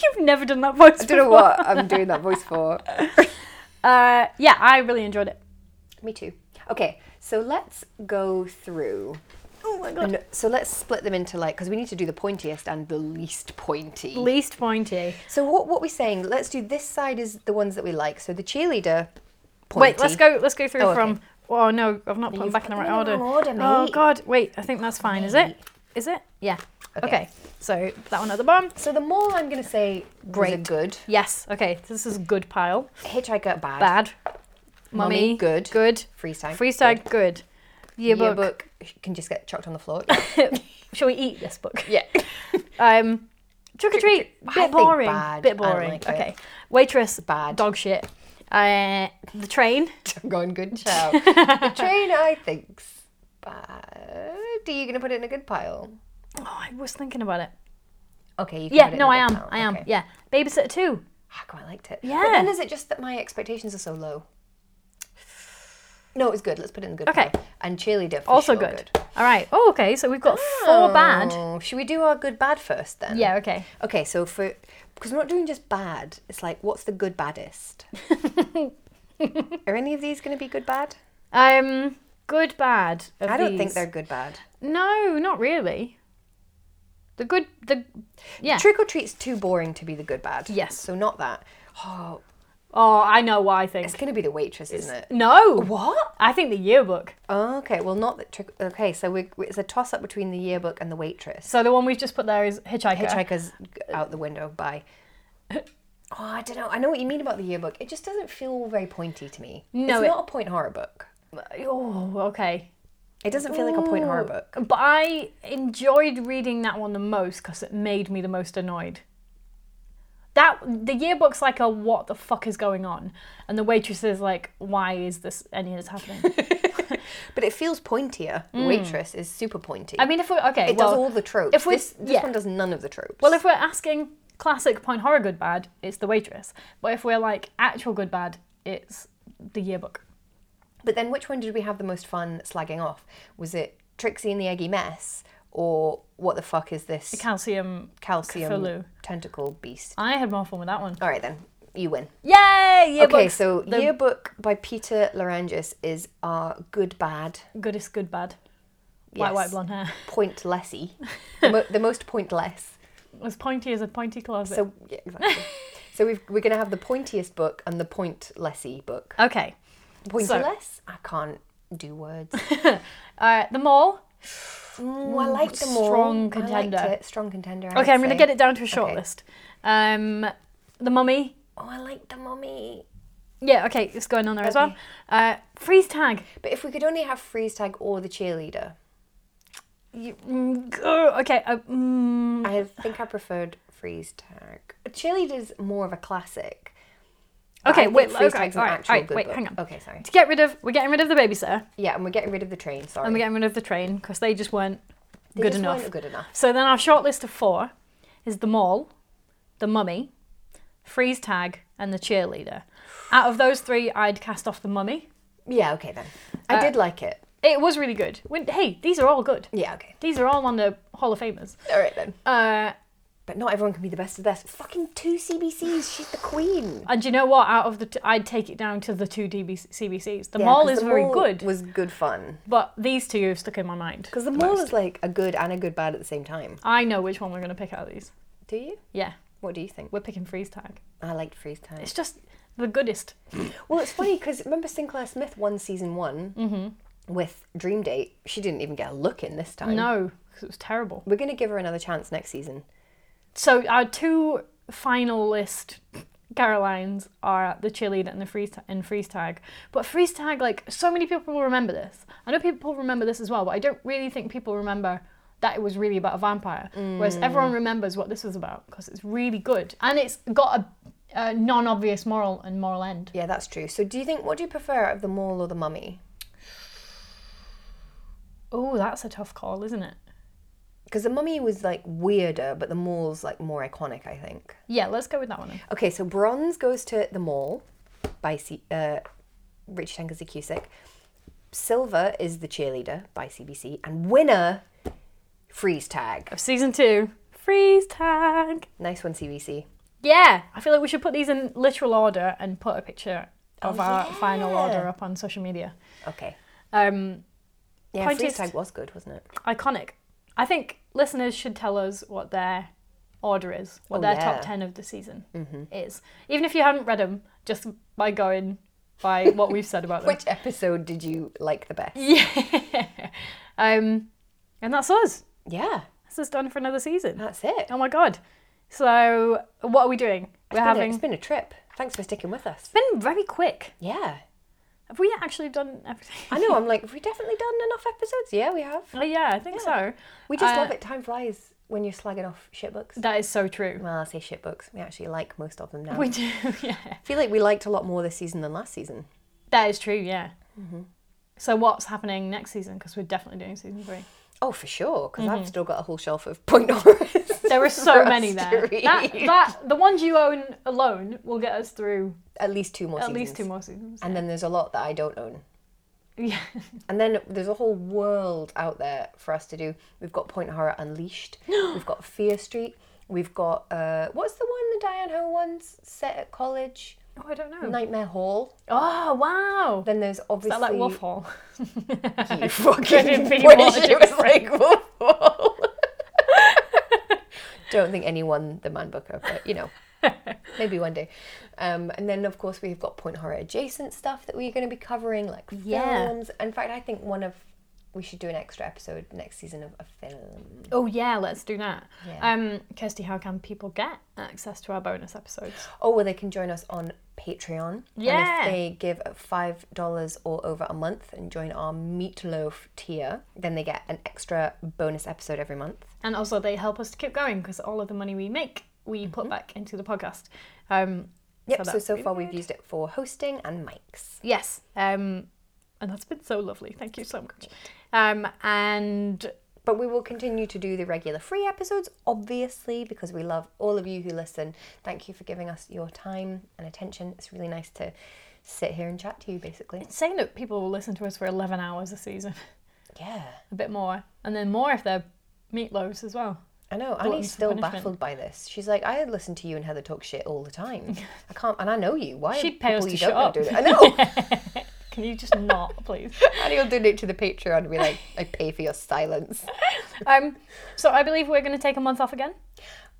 Speaker 2: You've never done that voice
Speaker 1: I don't know what I'm doing that voice for.
Speaker 2: Uh, yeah, I really enjoyed it.
Speaker 1: Me too. Okay, so let's go through.
Speaker 2: Oh my god.
Speaker 1: And so let's split them into like because we need to do the pointiest and the least pointy.
Speaker 2: Least pointy.
Speaker 1: so what what we're saying? Let's do this side is the ones that we like. So the cheerleader. Pointy.
Speaker 2: Wait, let's go. Let's go through
Speaker 1: Oh, okay.
Speaker 2: from. Oh no, I've not put them
Speaker 1: You've
Speaker 2: back in the
Speaker 1: put
Speaker 2: right
Speaker 1: them in
Speaker 2: order.
Speaker 1: the wrong order,
Speaker 2: Oh
Speaker 1: mate.
Speaker 2: god, wait. I think that's fine. Is it?
Speaker 1: Mate.
Speaker 2: Is it? Yeah.
Speaker 1: Okay.
Speaker 2: Okay, so put that one at the bottom.
Speaker 1: So the more I'm going to say great,
Speaker 2: Great.
Speaker 1: good,
Speaker 2: Yes, okay, this is good pile.
Speaker 1: hitchhiker, bad,
Speaker 2: Bad.
Speaker 1: Mummy,
Speaker 2: Mummy,
Speaker 1: good.
Speaker 2: Good.
Speaker 1: freestyle,
Speaker 2: Freestyle, good.
Speaker 1: good.
Speaker 2: Yearbook.
Speaker 1: yearbook, can just get chucked on the floor.
Speaker 2: Shall we eat this book?
Speaker 1: yeah.
Speaker 2: Um, trick or treat.
Speaker 1: I
Speaker 2: Bit
Speaker 1: think
Speaker 2: boring.
Speaker 1: bad. I
Speaker 2: Bit
Speaker 1: don't
Speaker 2: boring.
Speaker 1: like it.
Speaker 2: okay. Waitress.
Speaker 1: Bad.
Speaker 2: Dog shit. Uh, the train.
Speaker 1: Gone good child. the train, I think's bad. Are you going to put it in a good pile?
Speaker 2: Oh, I was thinking about it.
Speaker 1: Okay, you can
Speaker 2: Yeah,
Speaker 1: put it
Speaker 2: no, I
Speaker 1: in a
Speaker 2: am.
Speaker 1: good pile.
Speaker 2: I am.
Speaker 1: Okay. Ah,
Speaker 2: Yeah. Babysitter too.
Speaker 1: I quite liked it.
Speaker 2: Yeah.
Speaker 1: But then is it just that my expectations are so low? No, it was good. Let's put it in the good
Speaker 2: Okay.
Speaker 1: pile. And cheerleader for
Speaker 2: Also
Speaker 1: sure,
Speaker 2: good. All right. Oh, okay. So we've got four bad.
Speaker 1: Oh, Should we do our good bad first then?
Speaker 2: Yeah, okay.
Speaker 1: Okay, so for because we're not doing just bad, it's like what's the good baddest? Are any of these going to be good bad?
Speaker 2: Um, good, bad. of
Speaker 1: I don't think
Speaker 2: these.
Speaker 1: they're good bad.
Speaker 2: No, not really. The good, the yeah.
Speaker 1: Trick or treat's too boring to be the good bad.
Speaker 2: Yes.
Speaker 1: So not that. Oh,
Speaker 2: Oh, I know what I
Speaker 1: it's
Speaker 2: think.
Speaker 1: going to be the waitress, isn't it?
Speaker 2: No,
Speaker 1: What?
Speaker 2: I think the yearbook.
Speaker 1: Okay, well not the trick. Okay, so we, it's a toss up between the yearbook and the waitress.
Speaker 2: So the one we've just put there is hitchhiker.
Speaker 1: Hitchhiker's
Speaker 2: Uh,
Speaker 1: out the window by. Oh, I don't know. I know what you mean about the yearbook. It just doesn't feel very pointy to me.
Speaker 2: No,
Speaker 1: it's
Speaker 2: it-
Speaker 1: not a point horror book.
Speaker 2: Oh, okay.
Speaker 1: It doesn't feel like a point horror
Speaker 2: Ooh.
Speaker 1: book.
Speaker 2: But I enjoyed reading that one the most because it made me the most annoyed. That the yearbook's like a what the fuck is going on, and the waitress is like, why is this any of this happening?
Speaker 1: But it feels pointier. The Waitress is super pointy.
Speaker 2: Mm. I mean, if we okay,
Speaker 1: it
Speaker 2: well,
Speaker 1: does all the tropes.
Speaker 2: if we-
Speaker 1: this this
Speaker 2: yeah.
Speaker 1: one does none of the tropes.
Speaker 2: Well, if we're asking classic point horror good bad, it's the waitress. But if we're like actual good bad, it's the yearbook.
Speaker 1: but then which one did we have the most fun slagging off? Was it Trixie and the Eggy Mess or what the fuck is this
Speaker 2: Calcium.
Speaker 1: calcium
Speaker 2: Cthulhu.
Speaker 1: tentacle beast?
Speaker 2: I had more fun with that one.
Speaker 1: All right then, you win.
Speaker 2: Yay! Yearbook.
Speaker 1: Okay, so
Speaker 2: the
Speaker 1: yearbook by Peter Larangis is our good bad
Speaker 2: goodest good bad. White
Speaker 1: Yes.
Speaker 2: white blonde hair.
Speaker 1: pointlessy, the, mo- the most pointless.
Speaker 2: As pointy as a pointy closet.
Speaker 1: So yeah, exactly. so we've, we're going to have the pointiest book and the pointlessy book.
Speaker 2: okay.
Speaker 1: Pointless? I can't do words.
Speaker 2: Uh, the mall.
Speaker 1: Ooh, I like them all.
Speaker 2: strong
Speaker 1: I liked
Speaker 2: contender.
Speaker 1: it. Strong contender. I
Speaker 2: Okay, I'm
Speaker 1: would
Speaker 2: going to
Speaker 1: say.
Speaker 2: get it down to a short
Speaker 1: Okay.
Speaker 2: list. Um, the mummy.
Speaker 1: Oh, I like the mummy.
Speaker 2: Yeah, okay, it's going on there as well.
Speaker 1: Okay.
Speaker 2: Uh, freeze tag.
Speaker 1: But if we could only have freeze tag or the cheerleader,
Speaker 2: You- mm, grr, okay, uh, mm,
Speaker 1: I think I preferred freeze tag. Cheerleader's more of a classic. But
Speaker 2: Okay,
Speaker 1: I think
Speaker 2: wait,
Speaker 1: freeze
Speaker 2: okay,
Speaker 1: tag's an
Speaker 2: alright,
Speaker 1: actual
Speaker 2: alright,
Speaker 1: good
Speaker 2: wait,
Speaker 1: book.
Speaker 2: hang on.
Speaker 1: Okay, sorry.
Speaker 2: to get rid of, we're getting rid of the babysitter.
Speaker 1: Yeah, and we're getting rid of the train. Sorry,
Speaker 2: and we're getting rid of the train because they just weren't
Speaker 1: They
Speaker 2: good
Speaker 1: just
Speaker 2: enough.
Speaker 1: weren't Good enough.
Speaker 2: So then our short list of four is the mall, the mummy, freeze tag, and the cheerleader. Out of those three, I'd cast off the mummy.
Speaker 1: Yeah, okay then. I
Speaker 2: Uh,
Speaker 1: did like it.
Speaker 2: It was really good. When, hey, these are all good.
Speaker 1: Yeah, okay.
Speaker 2: These are all on the Hall of Famers.
Speaker 1: All right then.
Speaker 2: Uh,
Speaker 1: But not everyone can be the best of the best. Fucking two CBCs. She's the queen.
Speaker 2: and you know what? Out of the, t- I'd take it down to the two DB- CBCs. The mall
Speaker 1: 'cause
Speaker 2: is
Speaker 1: the
Speaker 2: very
Speaker 1: mall
Speaker 2: good,
Speaker 1: Was good fun
Speaker 2: but these two have stuck in my mind.
Speaker 1: because the mall is like a good and a good bad at the same time.
Speaker 2: I know which one we're going to pick out of these.
Speaker 1: Do you?
Speaker 2: Yeah,
Speaker 1: What do you think?
Speaker 2: we're picking freeze tag.
Speaker 1: I liked Freeze Time.
Speaker 2: It's just the goodest.
Speaker 1: Well, it's funny because remember Sinclair Smith won season one with Dream Date. She didn't even get a look in this time.
Speaker 2: Mm-hmm. No, 'cause it was terrible.
Speaker 1: We're gonna give her another chance next season.
Speaker 2: So our two finalist Carolines are the cheerleader and the freeze ta- and freeze tag. But freeze tag, like so many people will remember this. I know people remember this as well, but I don't really think people remember that it was really about a vampire. Whereas everyone remembers what this was about because it's really good and it's got a, a non-obvious moral and moral end.
Speaker 1: Yeah, that's true. So, do you think what do you prefer out of the mall or the mummy?
Speaker 2: Oh, that's a tough call, isn't it?
Speaker 1: Because the mummy was like weirder, but the mall's like more iconic. I think.
Speaker 2: Yeah, let's go with that one. then.
Speaker 1: Okay, so bronze goes to the mall by C- uh, Richard Tankersley Cusick. Silver is the cheerleader by CBC, and winner freeze tag.
Speaker 2: Of season two, freeze tag.
Speaker 1: Nice one, CBC.
Speaker 2: Yeah, I feel like we should put these in literal order and put a picture of
Speaker 1: Oh,
Speaker 2: our
Speaker 1: yeah.
Speaker 2: final order up on social media.
Speaker 1: Okay.
Speaker 2: Um,
Speaker 1: Yeah,
Speaker 2: Point
Speaker 1: freeze
Speaker 2: is-
Speaker 1: tag was good, wasn't it?
Speaker 2: iconic. I think listeners should tell us what their order is, what
Speaker 1: Oh,
Speaker 2: their
Speaker 1: yeah. Mm-hmm.
Speaker 2: top 10 of the season is. Even if you haven't read them, just by going by what we've said about them.
Speaker 1: Which episode did you like the best?
Speaker 2: Yeah. um, and that's us.
Speaker 1: Yeah.
Speaker 2: This is done for another season.
Speaker 1: That's it.
Speaker 2: Oh my god. So what are we doing? We're
Speaker 1: It's been a-
Speaker 2: having.
Speaker 1: it's been a trip. Thanks for sticking with us.
Speaker 2: it's been very quick.
Speaker 1: Yeah.
Speaker 2: Have we actually done everything?
Speaker 1: I know. I'm like, have we definitely done enough episodes? Yeah, we have.
Speaker 2: Oh, yeah, I think so.
Speaker 1: We just
Speaker 2: Uh,
Speaker 1: love it. Time flies when you're slagging off shit books.
Speaker 2: That is so true.
Speaker 1: Well, I say shit books. We actually like most of them now.
Speaker 2: We do, yeah.
Speaker 1: I feel like we liked a lot more this season than last season.
Speaker 2: That is true, yeah.
Speaker 1: Mm-hmm.
Speaker 2: So what's happening next season? Because we're definitely doing season three.
Speaker 1: Oh, for sure, because
Speaker 2: Mm-hmm.
Speaker 1: I've still got a whole shelf of point horrors.
Speaker 2: There are so many there.
Speaker 1: Rostery.
Speaker 2: That, that the ones you own alone will get us through
Speaker 1: At least two more
Speaker 2: at
Speaker 1: seasons.
Speaker 2: least two more seasons.
Speaker 1: And then there's a lot that I don't own.
Speaker 2: Yeah.
Speaker 1: And then there's a whole world out there for us to do. We've got Point Horror Unleashed. We've got Fear Street. We've got uh, what's the one the Diane Ho one's set at college?
Speaker 2: Oh, I don't know.
Speaker 1: Nightmare Hall.
Speaker 2: Oh wow.
Speaker 1: Then there's obviously
Speaker 2: Is that like Wolf Hall?
Speaker 1: You
Speaker 2: Couldn't
Speaker 1: fucking
Speaker 2: be
Speaker 1: wish
Speaker 2: more
Speaker 1: it was like Wolf Hall. Don't think anyone the man booker, but you know, maybe one day. Um, and then of course we've got point horror adjacent stuff that we're going to be covering, like
Speaker 2: Yeah.
Speaker 1: films. In fact, I think one of we should do an extra episode next season of a film.
Speaker 2: Oh yeah, let's do that.
Speaker 1: Yeah.
Speaker 2: Um, Kirsty, how can people get access to our bonus episodes?
Speaker 1: Oh, well, they can join us on Patreon.
Speaker 2: Yeah.
Speaker 1: And if they give five dollars or over a month and join our meatloaf tier, then they get an extra bonus episode every month.
Speaker 2: And also, they help us to keep going because all of the money we make, we put back into the podcast. Um,
Speaker 1: Mm-hmm. Yep, so
Speaker 2: that's
Speaker 1: so
Speaker 2: really
Speaker 1: far
Speaker 2: good.
Speaker 1: we've used it for hosting and mics.
Speaker 2: Yes. Um, and that's been so lovely. Thank you so much. Um, and
Speaker 1: But we will continue to do the regular free episodes, obviously, because we love all of you who listen. Thank you for giving us your time and attention. It's really nice to sit here and chat to you, basically.
Speaker 2: saying that people will listen to us for 11 hours a season,
Speaker 1: Yeah.
Speaker 2: a bit more, and then more if they're meatloaves as well.
Speaker 1: I know.
Speaker 2: Gluttons
Speaker 1: Annie's
Speaker 2: for
Speaker 1: still
Speaker 2: punishment.
Speaker 1: baffled by this. She's like, I listen to you and Heather talk shit all the time. I can't, and I know you. Why? are
Speaker 2: She'd pay
Speaker 1: people
Speaker 2: us to
Speaker 1: you
Speaker 2: shut
Speaker 1: don't know
Speaker 2: up.
Speaker 1: doing it? I know.
Speaker 2: Can you just not, please?
Speaker 1: Annie will donate to the Patreon and be like, I pay for your silence.
Speaker 2: Um, so I believe we're going to take a month off again.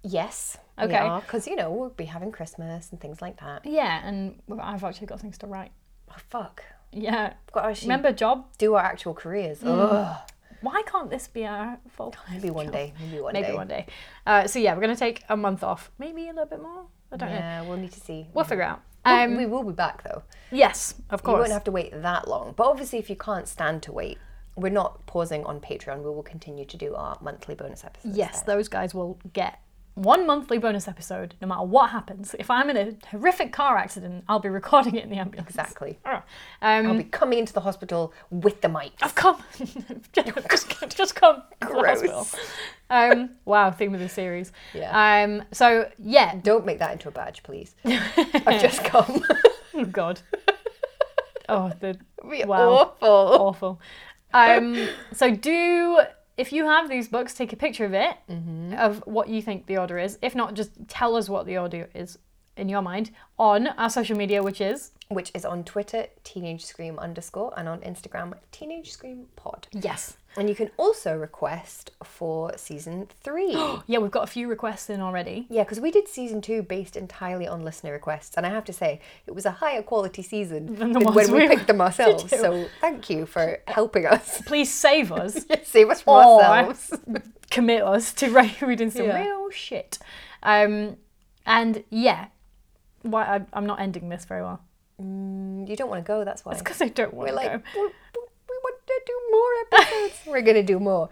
Speaker 1: Yes.
Speaker 2: Okay.
Speaker 1: Because, you know, we'll be having Christmas and things like that.
Speaker 2: Yeah, and I've actually got things to write.
Speaker 1: Oh, fuck.
Speaker 2: Yeah.
Speaker 1: I've got to actually
Speaker 2: Remember job?
Speaker 1: do our actual careers.
Speaker 2: Mm.
Speaker 1: Ugh.
Speaker 2: Why can't this be our full time?
Speaker 1: Maybe one day. Maybe one
Speaker 2: Maybe
Speaker 1: day.
Speaker 2: one day. Uh, so yeah, we're going to take a month off. Maybe a little bit more. I don't know.
Speaker 1: Yeah, we'll need to see.
Speaker 2: We'll figure out.
Speaker 1: We'll-
Speaker 2: Um,
Speaker 1: we will be back though.
Speaker 2: yes, of
Speaker 1: You
Speaker 2: course.
Speaker 1: won't have to wait that long. But obviously, if you can't stand to wait, we're not pausing on Patreon. We will continue to do our monthly bonus episodes.
Speaker 2: Yes,
Speaker 1: there.
Speaker 2: those guys will get one monthly bonus episode no matter what happens. If I'm in a horrific car accident, I'll be recording it in the ambulance.
Speaker 1: exactly.
Speaker 2: Ah.
Speaker 1: I'll
Speaker 2: Um,
Speaker 1: be coming into the hospital with the mic.
Speaker 2: I've come. just, just come. to the
Speaker 1: Gross.
Speaker 2: hospital. Um, wow, theme of the series.
Speaker 1: Yeah.
Speaker 2: Um, so, yeah.
Speaker 1: Don't make that into a badge, please. I've just come.
Speaker 2: Oh, God. Oh, the
Speaker 1: Be
Speaker 2: Wow.
Speaker 1: Awful.
Speaker 2: awful. Um, so do if you have these books, take a picture of it
Speaker 1: Mm-hmm.
Speaker 2: of what you think the order is. If not, just tell us what the order is in your mind on our social media, which is
Speaker 1: Which is on Twitter, teenage scream underscore, and on Instagram, teenage scream pod.
Speaker 2: yes.
Speaker 1: And you can also request for season three.
Speaker 2: Yeah, we've got a few requests in already.
Speaker 1: Yeah, because we did season two based entirely on listener requests, and I have to say it was a higher quality season than,
Speaker 2: Than the ones
Speaker 1: when we,
Speaker 2: we
Speaker 1: picked them ourselves.
Speaker 2: do.
Speaker 1: So thank you for helping us.
Speaker 2: Please save us
Speaker 1: Save us from
Speaker 2: or
Speaker 1: ourselves.
Speaker 2: commit us to re- reading some
Speaker 1: Yeah.
Speaker 2: real shit. Um, and yeah, why I, I'm not ending this very well
Speaker 1: Mm, You don't want to go, that's why.
Speaker 2: because I don't want
Speaker 1: We're
Speaker 2: to
Speaker 1: like,
Speaker 2: go.
Speaker 1: we, we- we want to do more episodes. We're gonna do more.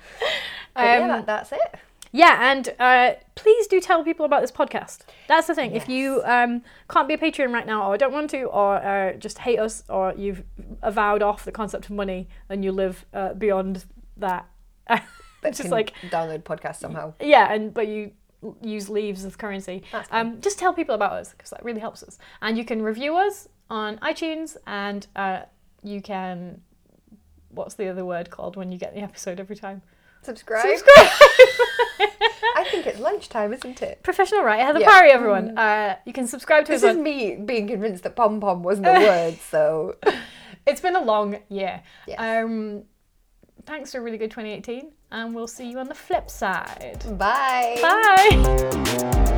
Speaker 1: But yeah,
Speaker 2: Um,
Speaker 1: that, that's it.
Speaker 2: Yeah, and uh, please do tell people about this podcast. That's the thing.
Speaker 1: Yes.
Speaker 2: If you um, can't be a Patreon right now, or don't want to, or uh, just hate us, or you've avowed off the concept of money and you live uh, beyond that,
Speaker 1: But
Speaker 2: just
Speaker 1: can
Speaker 2: like
Speaker 1: download podcast somehow.
Speaker 2: yeah, and but you l- use leaves as currency.
Speaker 1: That's fine.
Speaker 2: Um, just tell people about us because that really helps us. And you can review us on iTunes, and uh, you can. What's the other word called when you get the episode every time?
Speaker 1: Subscribe. I think it's lunchtime, isn't it?
Speaker 2: Professional, right? Heather
Speaker 1: Yeah. Mm.
Speaker 2: Parry, everyone. Uh, you can subscribe to
Speaker 1: This
Speaker 2: us on
Speaker 1: is me being convinced that pom pom wasn't a word, so
Speaker 2: It's been a long year.
Speaker 1: Yes.
Speaker 2: Um, thanks for a really good 2018, and we'll see you on the flip side.
Speaker 1: bye.
Speaker 2: Bye.